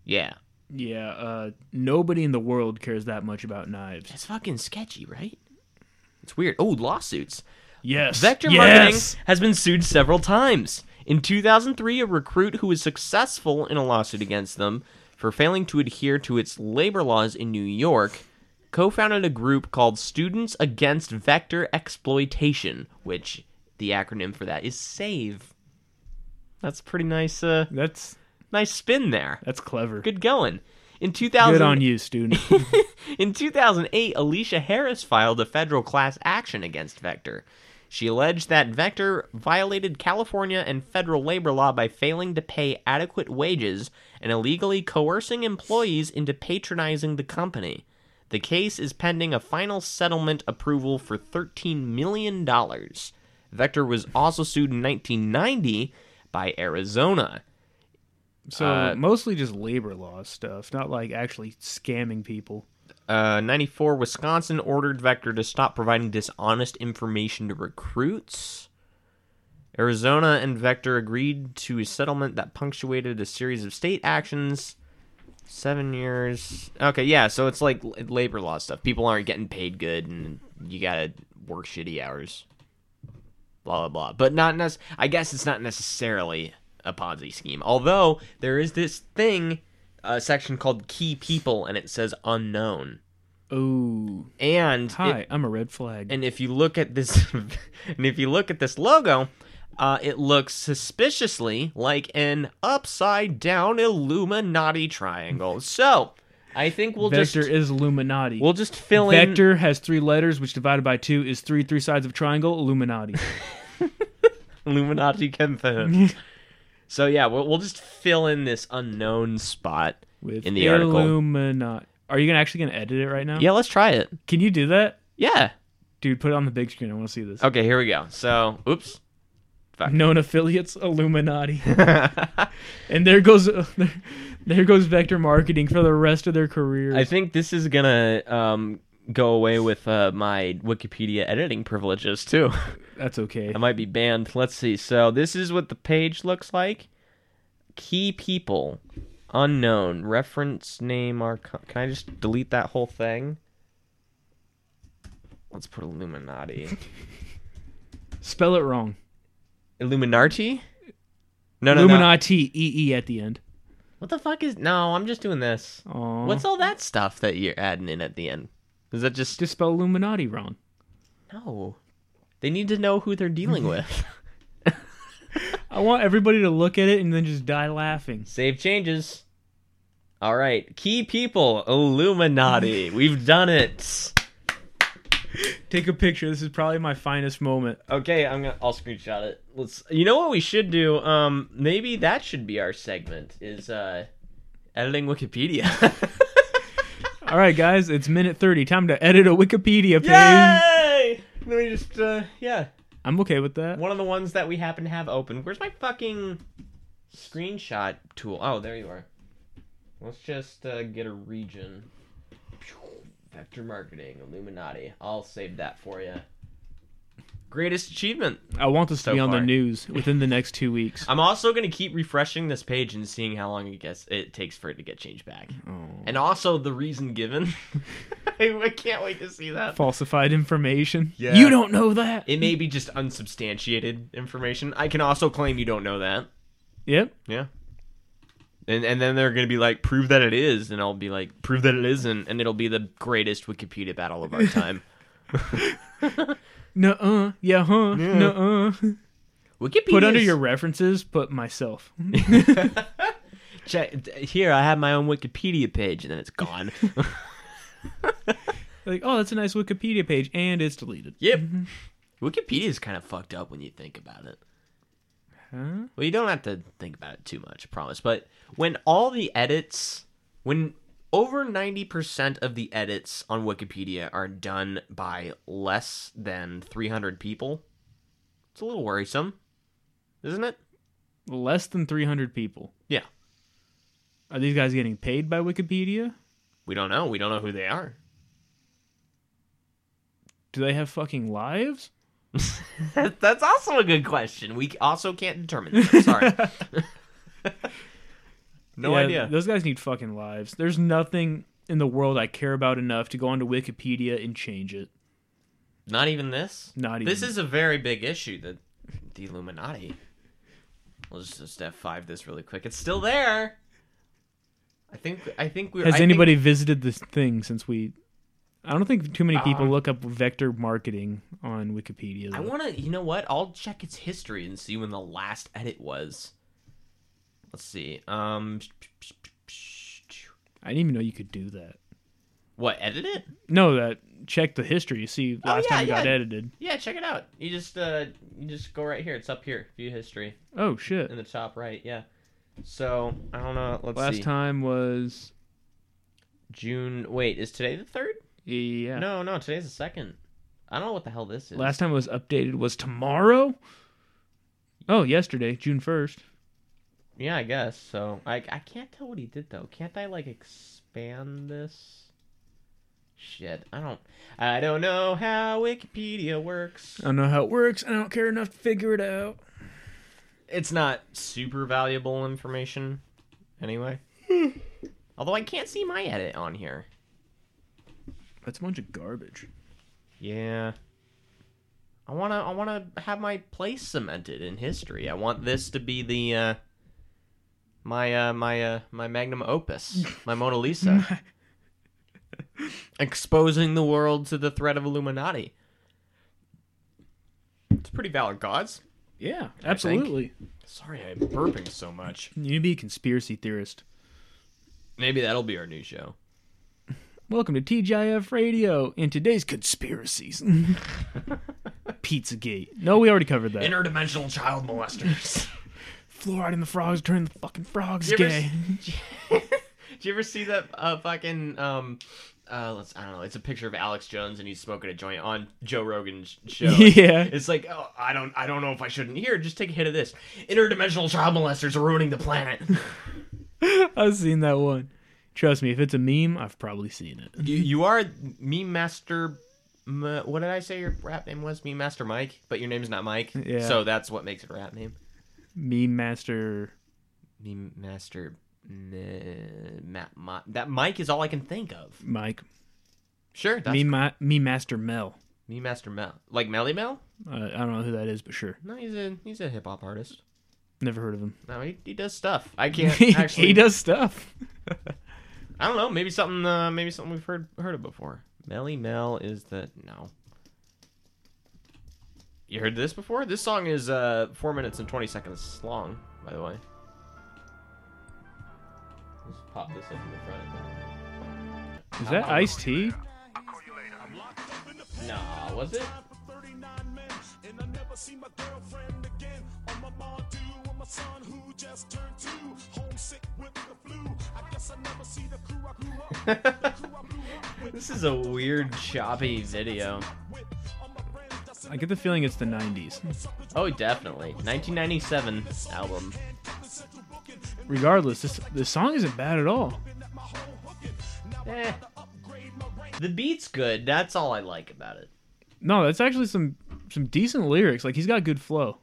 Yeah.
Yeah, uh, nobody in the world cares that much about knives.
That's fucking sketchy, right? It's weird. Oh, lawsuits.
Yes,
Vector
yes!
Marketing has been sued several times. In 2003, a recruit who was successful in a lawsuit against them for failing to adhere to its labor laws in New York co founded a group called Students Against Vector Exploitation, which the acronym for that is SAVE. That's a pretty nice, uh,
That's
nice spin there.
that's clever. Good,
Good going. In 2000,
on you, student.
in 2008, Alicia Harris filed a federal class action against Vector. She alleged that Vector violated California and federal labor law by failing to pay adequate wages and illegally coercing employees into patronizing the company. The case is pending a final settlement approval for $13 million. Vector was also sued in 1990 by Arizona.
So
Uh,
mostly just labor law stuff, not like actually scamming people.
Uh, 94 Wisconsin ordered Vector to stop providing dishonest information to recruits. Arizona and Vector agreed to a settlement that punctuated a series of state actions. Seven years. Okay, yeah, so it's like l- labor law stuff. People aren't getting paid good and you gotta work shitty hours. Blah, blah, blah. But not nec- I guess it's not necessarily a Ponzi scheme. Although, there is this thing, a section called Key People, and it says unknown.
Oh,
And it-
hi, I'm a red flag.
and if you look at this and if you look at this logo uh, it looks suspiciously like an upside down illuminati triangle so i think we'll
Vector
just
is Illuminati.
we'll just fill in
Vector has three letters, which divided by two is three. Three sides of triangle, Illuminati.
illuminati confirmed so yeah we'll, we'll just fill in this unknown spot
With
in the article
Illuminati. Are you gonna actually gonna edit it right now?
yeah let's try it
Can you do that,
yeah
dude? Put it on the big screen. I want to see this.
okay here we go so oops
Known affiliates, Illuminati. and there goes there goes Vector Marketing for the rest of their careers.
I think this is gonna um, go away with uh, my Wikipedia editing privileges too.
That's okay.
I might be banned. Let's see. So this is what the page looks like. Key people, unknown reference name. Are can I just delete that whole thing? Let's put Illuminati.
Spell it wrong.
Illuminati? No, no, no.
Illuminati E E at the end.
What the fuck is? No, I'm just doing this.
Aw.
What's all that stuff that you're adding in at the end? Is that just
Just spell Illuminati wrong.
no? They need to know who they're dealing with.
I want everybody to look at it and then just die laughing.
Save changes. All right, key people, Illuminati. We've done it.
Take a picture. This is probably my finest moment.
Okay, I'm gonna. I'll screenshot it. Let's. You know what we should do? Um, maybe that should be our segment. Is uh, editing Wikipedia.
All right, guys, it's minute 30. Time to edit a Wikipedia page.
Yay! Let me just. Uh, yeah,
I'm okay with that.
one of the ones that we happen to have open. Where's my fucking screenshot tool? Oh, there you are. Let's just uh, get a region. Vector marketing, Illuminati. I'll save that for you. Greatest achievement.
I want this to
So
be on
far.
the news within the next two weeks.
I'm also gonna keep refreshing this page and seeing how long it gets it takes for it to get changed back. And also the reason given. I I can't wait to see that.
Falsified information.
Yeah.
You don't know that.
It may be just unsubstantiated information. I can also claim you don't know that.
Yep.
Yeah. And and then they're gonna be like, prove that it is, and I'll be like, prove that it isn't, and it'll be the greatest Wikipedia battle of our time.
No. Uh. Yeah. Huh. No. Uh.
Wikipedia.
Put under your references. Put myself.
check. Here, I have my own Wikipedia page, and then it's gone.
like, oh, that's a nice Wikipedia page, and it's deleted.
yep.
Mm-hmm.
Wikipedia is kind of fucked up when you think about it. Huh? Well, you don't have to think about it too much, I promise. But when all the edits, when over 90% of the edits on Wikipedia are done by less than 300 people, it's a little worrisome, isn't it?
Less than 300 people.
Yeah.
Are these guys getting paid by Wikipedia?
We don't know. We don't know who they are.
Do they have fucking lives?
That- That's also a good question. We also can't determine. That. Sorry. no
Yeah,
idea.
Those guys need fucking lives. There's nothing in the world I care about enough to go onto Wikipedia and change it.
Not even this.
Not
This
even-
is a very big issue. That the Illuminati. Let's just F five this really quick. It's still there. I think. I think we. I
Has
think-
anybody visited this thing since we? I don't think too many people look up vector marketing on Wikipedia.
Uh, I
though.
want to. You know what? I'll check its history and see when the last edit was. Let's see. Um.
I didn't even know you could do that.
What edit it?
No, that check the history. See
Oh,
last
yeah,
time it got
yeah.
edited.
Yeah, check it out. You just uh, you just go right here. It's up here. View history.
Oh shit!
in the top right. Yeah. So I don't know. Let's
Last
see.
time was
June. Wait, is today the third?
yeah.
No, no, today's the second. I don't know what the hell this is.
Last time it was updated was tomorrow. Oh, yesterday, June first.
Yeah, I guess. So I I can't tell what he did though. Can't I like expand this? Shit, I don't I don't know how Wikipedia works.
I don't know how it works. I don't care enough to figure it out.
It's not super valuable information anyway.
Hmm.
Although I can't see my edit on here.
That's a bunch of garbage.
Yeah. I want to I want to have my place cemented in history. I want this to be the uh my uh my uh my magnum opus, my Mona Lisa. Exposing the world to the threat of Illuminati. It's pretty valid cause.
Yeah, absolutely.
Sorry, I'm burping so much.
You need to be a conspiracy theorist.
Maybe that'll be our new show.
Welcome to TGIF Radio and today's conspiracies. Pizzagate. No, we already covered that.
Interdimensional child molesters.
Fluoride in the frogs turn the fucking frogs
You ever
gay.
Did you ever see that uh, fucking um uh let's I don't know, it's a picture of Alex Jones and he's smoking a joint on Joe Rogan's show.
Yeah.
It's like, oh I don't I don't know if I shouldn't here, just take a hit of this. Interdimensional child molesters are ruining the planet.
I've seen that one. Trust me, if it's a meme, I've probably seen it.
you, you are meme master M- what did I say your rap name was? Meme Master Mike, but your name's not Mike.
Yeah.
So that's what makes it a rap name.
Meme master.
Meme Master N- Matt, Ma- that Mike is all I can think of.
Mike.
Sure, that's
Meme, ma- meme master Mel.
Meme Master Mel. Like Melly Mel?
Uh, I don't know who that is, but sure.
No, he's a he's a hip hop artist.
Never heard of him.
No, he, he does stuff. I can't
He-
actually.
he does stuff.
I don't know. Maybe something. Uh, maybe something we've heard heard of before. Melly Mel is the no. You heard this before? This song is uh four minutes and twenty seconds long. By the way. Let's pop this up in the front.
Is that Ice T?
Nah, was it? This is a weird choppy video.
I get the feeling it's the 90s.
Oh, definitely. 1997 album.
Regardless, this this song isn't bad at all.
Eh. The beat's good. That's all I like about it.
No, that's actually some some decent lyrics. Like he's got good flow.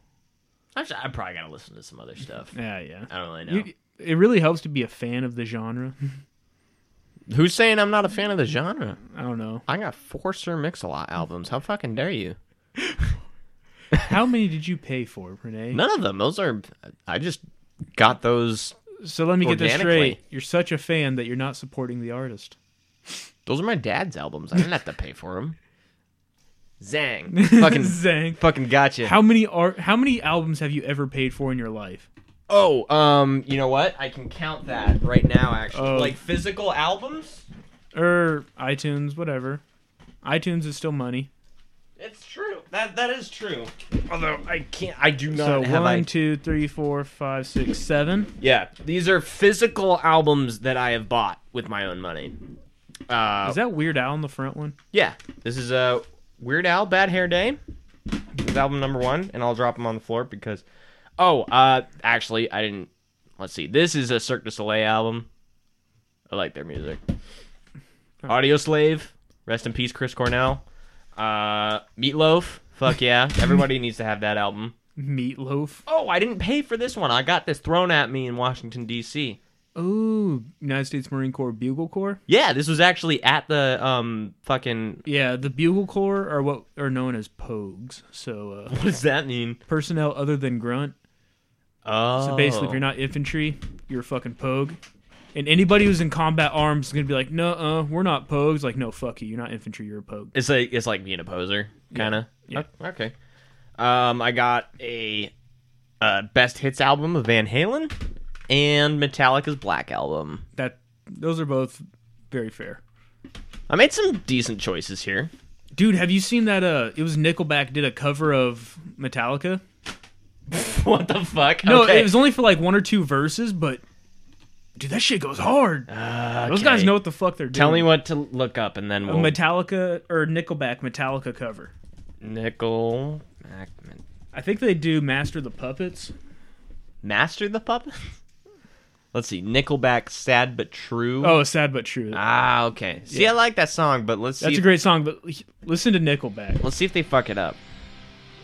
I'm, sure- I'm probably gonna listen to some other stuff.
Yeah, yeah.
I don't really know.
You- it really helps to be a fan of the genre.
Who's saying I'm not a fan of the genre?
I don't know.
I got four Sir Mix-a-Lot albums. How fucking dare you?
How many did you pay for, Renee?
None of them. Those are. I just got those.
So let me get this
Organically.
straight. You're such a fan that you're not supporting the artist.
Those are my dad's albums. I didn't have to pay for them. Zang. Fucking
Zang.
Fucking gotcha.
How many are how many albums have you ever paid for in your life?
Oh, um, you know what? I can count that right now. Actually,
Oh.
like physical albums.
Or Er, iTunes, whatever. iTunes is still money.
It's true. That that is true. Although I can't. I do not
So
have. I,
one, two, three, four, five, six, seven.
yeah, these are physical albums that I have bought with my own money. Uh,
Is that Weird Al in the front one?
Yeah, this is uh, Weird Al Bad Hair Day. It's album number one, and I'll drop them on the floor because. Oh, uh, actually, I didn't. Let's see. This is a Cirque du Soleil album. I like their music. Audio Slave. Rest in peace, Chris Cornell. Uh, Meatloaf. Fuck yeah. Everybody needs to have that album.
Meatloaf.
Oh, I didn't pay for this one. I got this thrown at me in Washington, D.C.
Ooh, United States Marine Corps Bugle Corps.
Yeah, this was actually at the um fucking.
Yeah, the Bugle Corps are what are known as POGs. So uh,
What does that mean?
personnel other than grunt.
Oh,
So basically, if you're not infantry, you're a fucking pogue. And anybody who's in combat arms is gonna be like, no, uh, we're not pogues. Like, no, fuck you, you're not infantry, you're a pogue.
Oh. It's like it's like being a poser, kind of.
Yeah.
Okay. Um, I got a uh, best hits album of Van Halen and Metallica's Black album.
That those are both very fair.
I made some decent choices here.
Dude, have you seen that? Uh, it was Nickelback did a cover of Metallica.
what the fuck?
No,
Okay.
it was only for like one or two verses, but dude, that shit goes hard. Those
Okay.
guys know what the fuck they're doing.
Tell me what to look up, and then
A
we'll
Metallica or Nickelback Metallica cover.
nickel Mac-
I think they do Master the Puppets.
master the puppet. Let's see, Nickelback, "Sad but True."
Oh, sad but true.
ah, okay. See, I like that song, but let's
That's
see.
a
if-
great song, but he- listen to Nickelback.
Let's see if they fuck it up.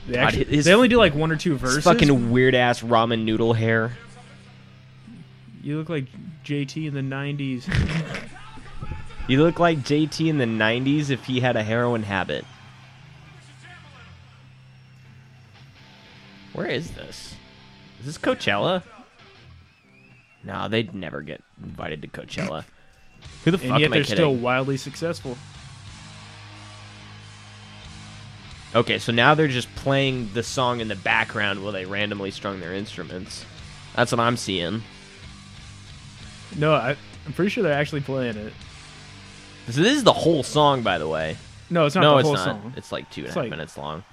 They, actually,
his-
they only do like one or two verses.
Fucking weird ass ramen noodle hair.
you look like JT in the '90s.
You look like JT in the 90s if he had a heroin habit. Where is this? Is this Coachella? No, they'd never get invited to Coachella. Who the
and
fuck
yet
am I
they're
kidding?
still wildly successful.
Okay, so now they're just playing the song in the background while they randomly strung their instruments. That's what I'm seeing.
No, I, I'm pretty sure they're actually playing it.
So this is the whole song, by the way.
No, it's not
no,
the
it's
whole
not.
song.
It's like two and a
It's
half
like-
minutes long.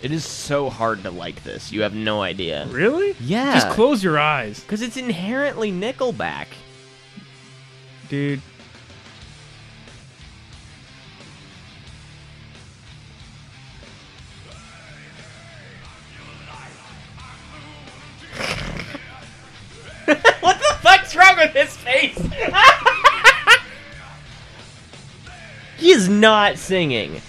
It is so hard to like this. You have no idea.
Really?
Yeah.
Just close your eyes,
Because it's inherently Nickelback.
dude.
What the fuck's wrong with his face? he is not singing.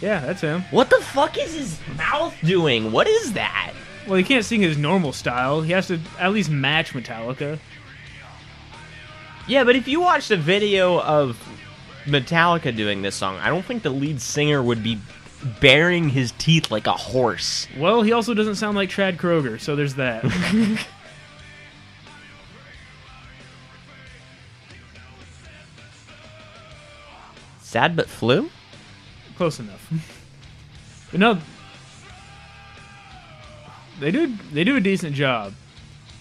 Yeah, that's him.
What the fuck is his mouth doing? What is that?
Well, he can't sing his normal style. He has to at least match Metallica.
Yeah, but if you watched a video of Metallica doing this song, I don't think the lead singer would be baring his teeth like a horse.
Well, he also doesn't sound like Trad Kroger, so there's that.
Sad but flu?
Close enough. But no, they do they do a decent job,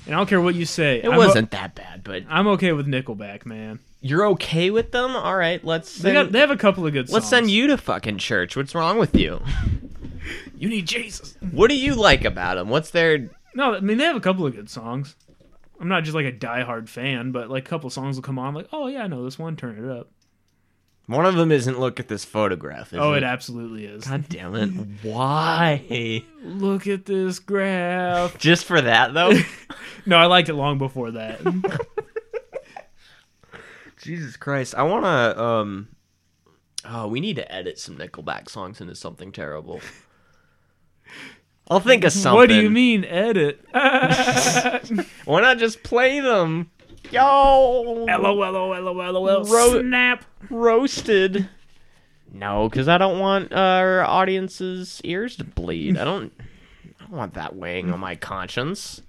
and I don't care what you say.
It
I'm o-
wasn't that bad, but
I'm okay with Nickelback, man.
you're okay with them? All right, let's
They
send,
got they have a couple of good songs.
let's send you to fucking church. What's wrong with you?
You need Jesus.
What do you like about them? What's their
No, I mean they have a couple of good songs. I'm not just like a diehard fan, but like a couple songs will come on, like, oh yeah, I know this one, turn it up.
One of them isn't look at this photograph. Is
oh,
it?
it absolutely is.
God damn it! Why?
Look at this graph.
Just for that though?
No, I liked it long before that.
Jesus Christ! I wanna. Um. Oh, we need to edit some Nickelback songs into something terrible. I'll think of something.
what do you mean edit?
Why not just play them? Yo,
LOLOLOLOL.
Ro-
Snap.
roasted. No, because I don't want our audience's ears to bleed. I don't. I don't want that weighing on my conscience.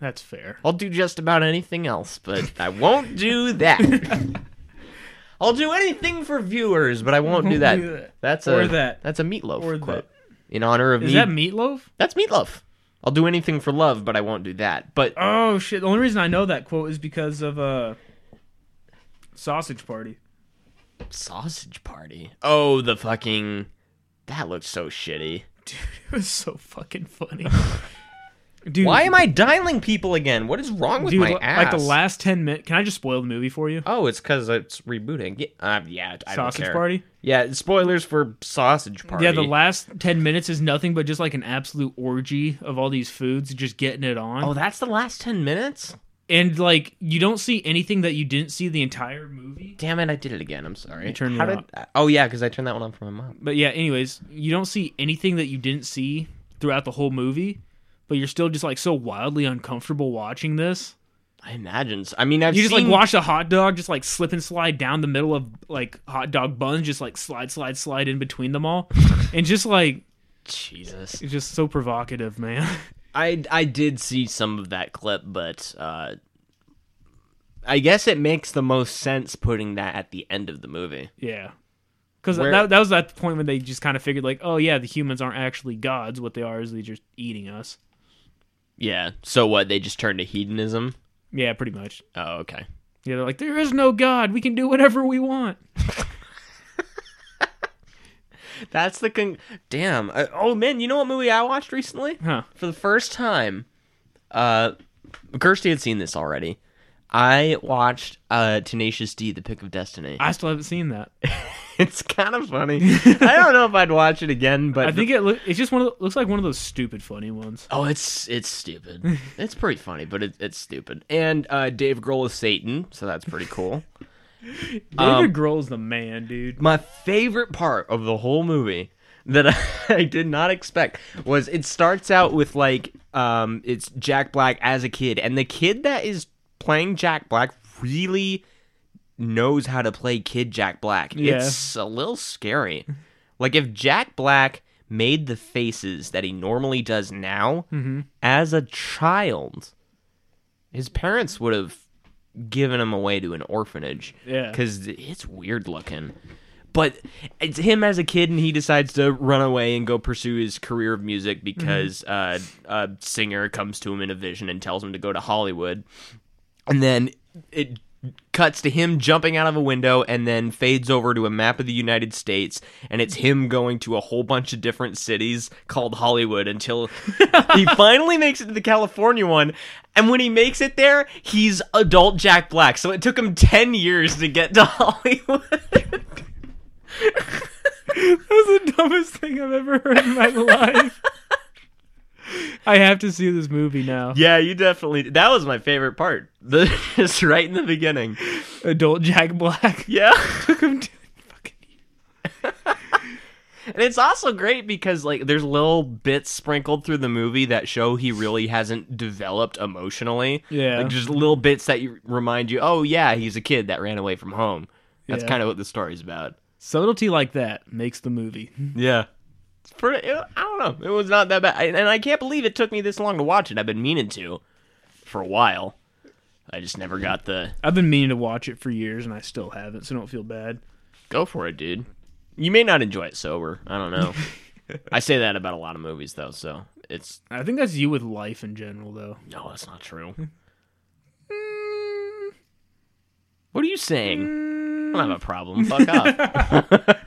That's fair.
I'll do just about anything else, but I won't do that. I'll do anything for viewers, but I won't do
do
that.
that.
That's
Or
a
that.
That's a meatloaf
Or
quote in honor of
Is
me.
that meatloaf?
that's meatloaf. I'll do anything for love, but I won't do that. But
Oh shit! The only reason I know that quote is because of uh, Sausage Party.
sausage party. Oh, the fucking. That looks so shitty.
It was so fucking funny. Dude,
Why am I dialing people again? What is wrong with
dude,
my
li-
ass?
like the last ten minutes? Can I just spoil the movie for you?
Oh, it's because it's rebooting. Yeah, uh, yeah I don't
Sausage
care.
Party.
Yeah, spoilers for Sausage Party.
Yeah, the last ten minutes is nothing but just like an absolute orgy of all these foods, just getting it on.
Oh, that's the last ten minutes.
and like you don't see anything that you didn't see the entire movie.
Damn it, I did it again. I'm sorry.
You turned
How
it
did? Oh yeah, because I turned that one on for my mom.
But yeah, anyways, you don't see anything that you didn't see throughout the whole movie, but you're still just like so wildly uncomfortable watching this.
I imagine. So. I mean, I've
You just
seen...
like watch a hot dog just like slip and slide down the middle of like hot dog buns, just like slide, slide, slide in between them all, and just like
Jesus.
it's just so provocative, man.
I I did see some of that clip, but uh, I guess it makes the most sense putting that at the end of the movie.
yeah, because
Where-
that, that was at the point when they just kind of figured like, oh yeah, the humans aren't actually gods. What they are is they just eating us.
Yeah. So what? They just turned to hedonism.
Yeah, pretty much.
Oh, okay.
Yeah, they're like, there is no god. We can do whatever we want.
That's the con. Damn. I, oh man, you know what movie I watched recently
Huh?
for the first time? Uh, Kirsty had seen this already. I watched uh, Tenacious D: The Pick of Destiny.
I still haven't seen that.
it's kind of funny. I don't know if I'd watch it again, but
I think it loo- it's just one of the, looks like one of those stupid funny ones.
Oh, it's it's stupid. it's pretty funny, but it, it's stupid. And uh, Dave Grohl is Satan, so that's pretty cool.
David Grohl's the man, dude.
My favorite part of the whole movie that I, I did not expect was it starts out with like um, it's Jack Black as a kid, and the kid that is playing Jack Black really knows how to play kid Jack Black.
Yeah.
It's a little scary. Like if Jack Black made the faces that he normally does now as a child, his parents would have given him away to an orphanage.
Yeah.
because it's weird looking. But it's him as a kid, and he decides to run away and go pursue his career of music because uh, a singer comes to him in a vision and tells him to go to Hollywood. And then it cuts to him jumping out of a window and then fades over to a map of the United States and it's him going to a whole bunch of different cities called Hollywood until he finally makes it to the California one and when he makes it there he's adult Jack Black so it took him 10 years to get to Hollywood
That's the dumbest thing I've ever heard in my life. I have to see this movie now.
yeah you definitely that was my favorite part the, just right in the beginning
Adult Jack Black.
yeah
Took him to- fucking-
And it's also great because like there's little bits sprinkled through the movie that show he really hasn't developed emotionally.
Yeah.
Like just little bits that you remind you, oh yeah, he's a kid that ran away from home. That's
Yeah.
kind of what the story's about.
Subtlety like that makes the movie.
Yeah. It's pretty, it- I don't know. It was not that bad. I- and I can't believe it took me this long to watch it. I've been meaning to for a while. I just never got the
I've been meaning to watch it for years and I still haven't, so don't feel bad.
go for it, dude. You may not enjoy it sober. I don't know. I say that about a lot of movies though, so it's
I think that's you with life in general, though.
No, that's not true. what are you saying? I don't have a problem. Fuck off.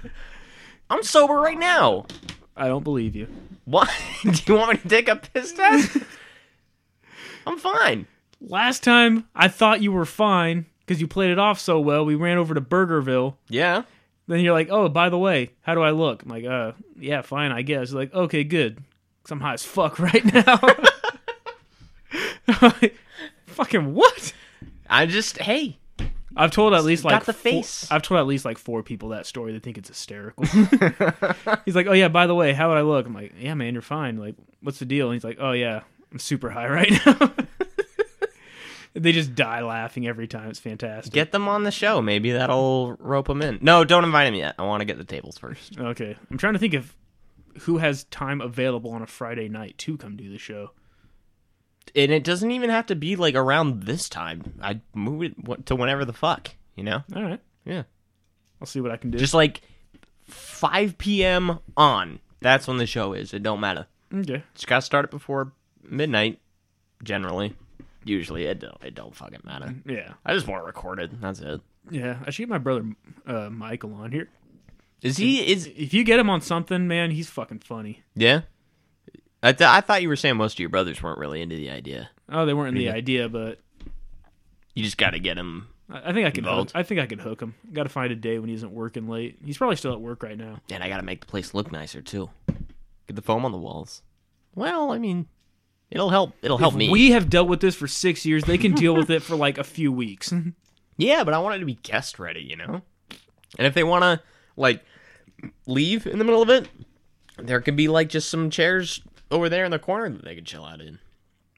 I'm sober right now.
I don't believe you.
What? Do you want me to take a piss test? I'm fine.
Last time I thought you were fine because you played it off so well. We ran over to Burgerville.
Yeah.
Then you're like, oh, by the way, how do I look? I'm like, uh, yeah, fine, I guess. You're like, okay, good. Cause I'm high as fuck right now. I'm like, Fucking what?
I just hey.
I've told at least
got
like
the
four-
face.
I've told at least like four people that story. They think it's hysterical. he's like, oh yeah, by the way, how would I look? I'm like, yeah, man, you're fine. Like, what's the deal? And he's like, oh yeah, I'm super high right now. they just die laughing every time. It's fantastic.
Get them on the show. Maybe that'll rope them in. No, don't invite them yet. I want to get the tables first.
Okay, I'm trying to think of who has time available on a Friday night to come do the show.
And it doesn't even have to be like around this time. I move it wh- to whenever the fuck, you know?
All right,
Yeah.
I'll see what I can do.
Just like 5 p.m. on. That's when the show is. It don't matter.
okay.
Just got to start it before midnight, generally. Usually, it don't, it don't fucking matter.
Yeah,
I just want it recorded. That's it.
yeah. I should get my brother uh, Michael on here.
Is he is
If you get him on something, man, he's fucking funny.
yeah? I, th- I thought you were saying most of your brothers weren't really into the idea.
Oh, they weren't in the idea, but
You just got to get him.
I I think I can. Hook,
Involved.
I think I can hook him. Got to find a day when he isn't working late. He's probably still at work right now.
And I got to make the place look nicer too. Get the foam on the walls. Well, I mean, it'll help. It'll help me.
We have dealt with this for six years. They can deal with it for like a few weeks.
Yeah, but I want it to be guest ready, you know? And if they want to, like, leave in the middle of it, there could be, like, just some chairs over there in the corner that they could chill out in.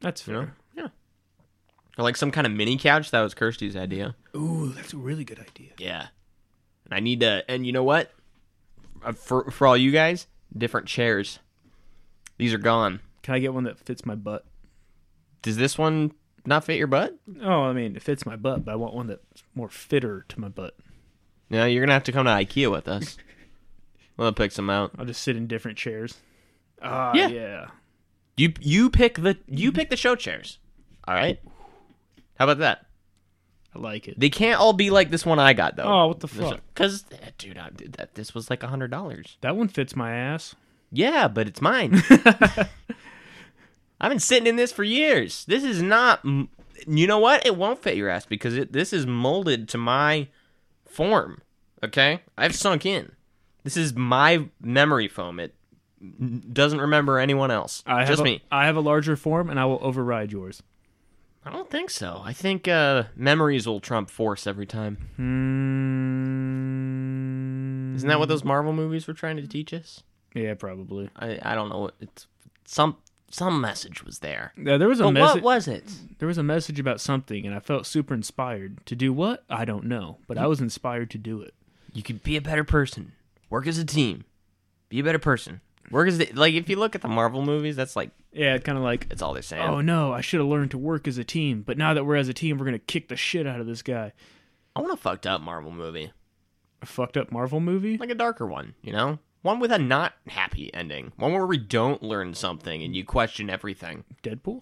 That's
You know?
fair.
Yeah. Or, like, some kind of mini couch. That was Kirsty's idea.
Ooh, that's a really good idea.
Yeah. And I need to, and you know what? Uh, For, for all you guys, different chairs. These are gone.
Can I get one that fits my butt?
Does this one not fit your butt?
Oh, I mean, it fits my butt, but I want one that's more fitter to my butt.
No, you're going to have to come to Ikea with us. We'll pick some out.
I'll just sit in different chairs. Ah,
Yeah.
yeah.
You you pick the you pick the show chairs. All right. How about that?
I like it.
They can't all be like this one I got
Oh,
though.
what the fuck?
Because eh, dude, I, did that this was like a hundred dollars.
That one fits my ass.
Yeah, but it's mine. I've been sitting in this for years. This is not. m- You know what? It won't fit your ass because it, this is molded to my form. Okay, I've sunk in. This is my memory foam. It n- doesn't remember anyone else.
I have
Just
a-
me.
I have a larger form, and I will override yours.
I don't think so. I think uh, memories will trump force every time.
Hmm.
Isn't that what those Marvel movies were trying to teach us?
Yeah, probably.
I, I don't know. It's some some message was there.
Yeah, there was a
But
message.
what was it?
There was a message about something, and I felt super inspired to do what I don't know, but I was inspired to do it.
You could be a better person. Work as a team. Be a better person. Work as the, like if you look at the Marvel movies, that's like
Yeah, kind of like,
it's all they're saying.
oh no, I should have learned to work as a team, but now that we're as a team, we're gonna kick the shit out of this guy.
I want a fucked up Marvel movie,
A fucked up Marvel movie.
like a darker one. You know, one with a not happy ending. One where we don't learn something and you question everything.
Deadpool.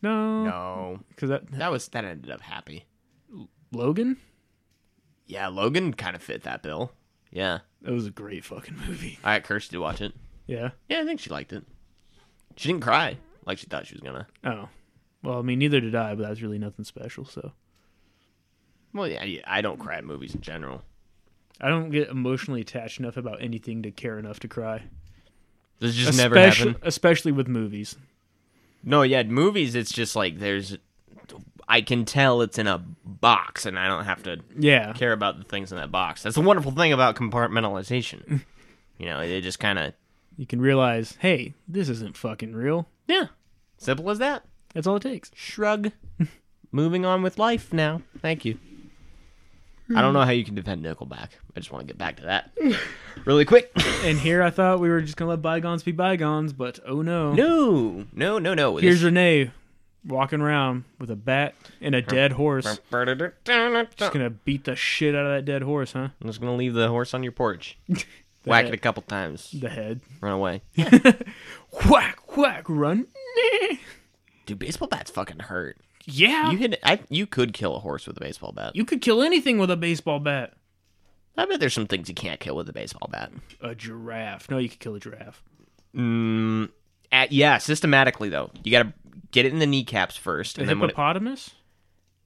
No,
No,
because that
that was that ended up happy.
Logan.
Yeah, Logan kind of fit that bill. Yeah.
That was a great fucking movie.
I got cursed to watch it.
Yeah.
Yeah, I think she liked it. She didn't cry like she thought she was gonna.
Oh. Well, I mean, neither did I, but that was really nothing special. So
Well, yeah, yeah, I don't cry at movies in general.
I don't get emotionally attached enough about anything to care enough to cry.
This just never
Especially-
happened.
Especially with movies.
No, yeah, movies. It's just like there's. I can tell it's in a box, and I don't have to
Yeah.
care about the things in that box. That's the wonderful thing about compartmentalization. you know, it just kind of
You can realize, hey, this isn't fucking real.
yeah, simple as that.
That's all it takes.
Shrug. Moving on with life now. Thank you. I don't know how you can defend Nickelback. I just want to get back to that really quick.
And here I thought we were just gonna let bygones be bygones, but oh no.
No, no, no, no.
Here's
This-
Renee walking around with a bat and a dead horse. Just gonna beat the shit out of that dead horse, huh?
I'm just gonna leave the horse on your porch. Whack it a couple times.
The head.
Run away.
Whack, whack, run. Nah.
Dude, baseball bats fucking hurt.
Yeah.
You
You,
hit. I. You could kill a horse with a baseball bat.
could kill anything with a baseball bat.
I bet there's some things you can't kill with a baseball bat.
A giraffe. No, you could kill a giraffe.
Mm, at, yeah, systematically though, you gotta get it in the kneecaps first,
A
and then when it,
hippopotamus?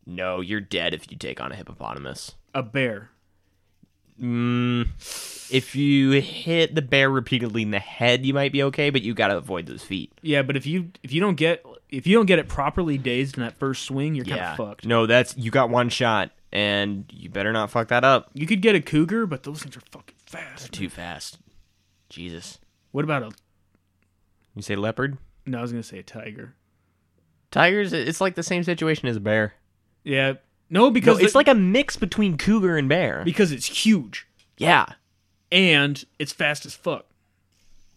no, you're dead if you take on a hippopotamus.
A bear.
Mm, if you hit the bear repeatedly in the head, you might be okay, but you got to avoid those feet.
Yeah, but if you if you don't get if you don't get it properly dazed in that first swing, you're kind of fucked.
No, that's you got one shot, and you better not fuck that up
You could get a cougar, but those things are fucking fast.
too fast. Jesus,
What about a?
you say leopard,
No, I was gonna say a tiger.
tigers. It's like the same situation as a bear.
Yeah, no,
No,
because
it's
the-
like a mix between cougar and bear.
because it's huge
yeah,
and it's fast as fuck.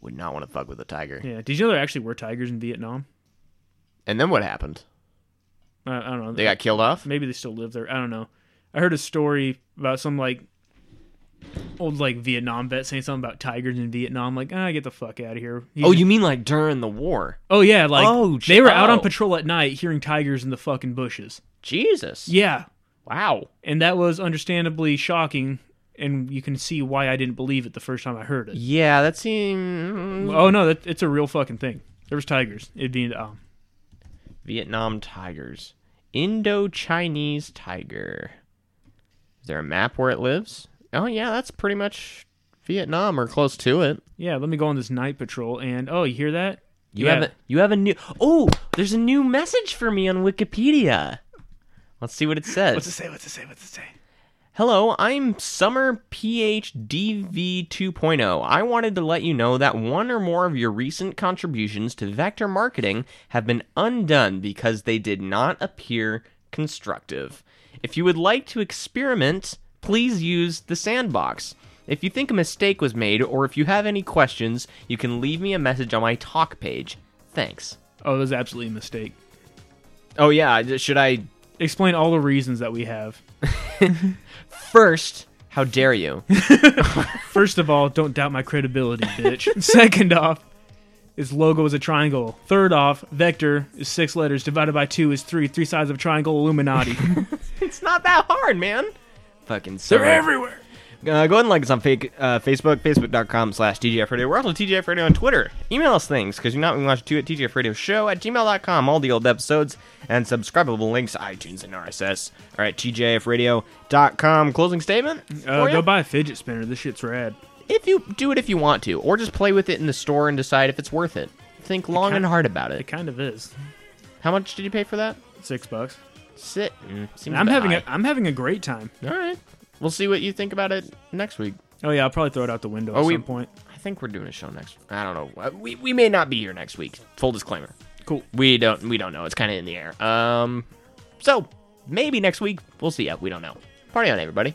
would not want to fuck with a tiger.
Yeah, did you know there actually were tigers in Vietnam?
And then what happened?
I, I don't know.
They got killed off.
maybe they still live there. I don't know. I heard a story about some like old like Vietnam vet saying something about tigers in Vietnam. Like, ah, get the fuck out of here. He-
Oh, you mean like during the war?
Oh yeah, like
Oh, j-
they were out on
oh.
patrol at night, hearing tigers in the fucking bushes.
Jesus.
Yeah,
Wow.
and that was understandably shocking, and you can see why I didn't believe it the first time I heard it.
Yeah, that seems
Oh no, that, it's a real fucking thing. There was tigers. It'd be um,
Vietnam tigers, Indo-Chinese tiger. Is there a map where it lives? Oh yeah, that's pretty much Vietnam or close to it.
yeah. Let me go on this night patrol, and oh, you hear that?
You
yeah.
have a you have a new Oh, there's a new message for me on Wikipedia. Let's see what it says.
What's it say? What's it say? What's it say?
Hello, I'm Summer PhDV 2.0. oh. I wanted to let you know that one or more of your recent contributions to vector marketing have been undone because they did not appear constructive. If you would like to experiment, please use the sandbox. If you think a mistake was made or if you have any questions, you can leave me a message on my talk page. Thanks.
Oh, that was absolutely a mistake.
Oh, yeah, should I
Explain all the reasons that we have.
first? How dare you?
First of all, don't doubt my credibility, bitch. Second off, its logo is a triangle. Third off, vector is six letters divided by two is three. Three sides of a triangle, Illuminati.
It's not that hard, man. Fucking summer.
everywhere.
Uh, go ahead and like us on fake, uh, Facebook, facebook.com slash TGF Radio. We're also TGF Radio on Twitter. Email us things, because you're not going to watch it too at TGF Radio Show at gmail.com. All the old episodes and subscribable links, iTunes and RSS are at TGFradio.com. Closing statement?
Uh,
for ya?
go buy a fidget spinner. This shit's rad.
If you do it if you want to, or just play with it in the store and decide if it's worth it. Think long
ca-
and hard about
It
it.
kind of is.
How much did you pay for that?
Six bucks.
Sit. Mm, seems
I'm
bit
having a,
high.
I'm having a great time.
All right. We'll see what you think about it next week.
Oh yeah, I'll probably throw it out the window
Oh,
at
we-
some point.
I think we're doing a show next. I don't know. Uh, We, we may not be here next week. Full disclaimer.
Cool.
We don't we don't know. It's kind of in the air. Um, so maybe next week we'll see. Yeah, we don't know. Party on, everybody.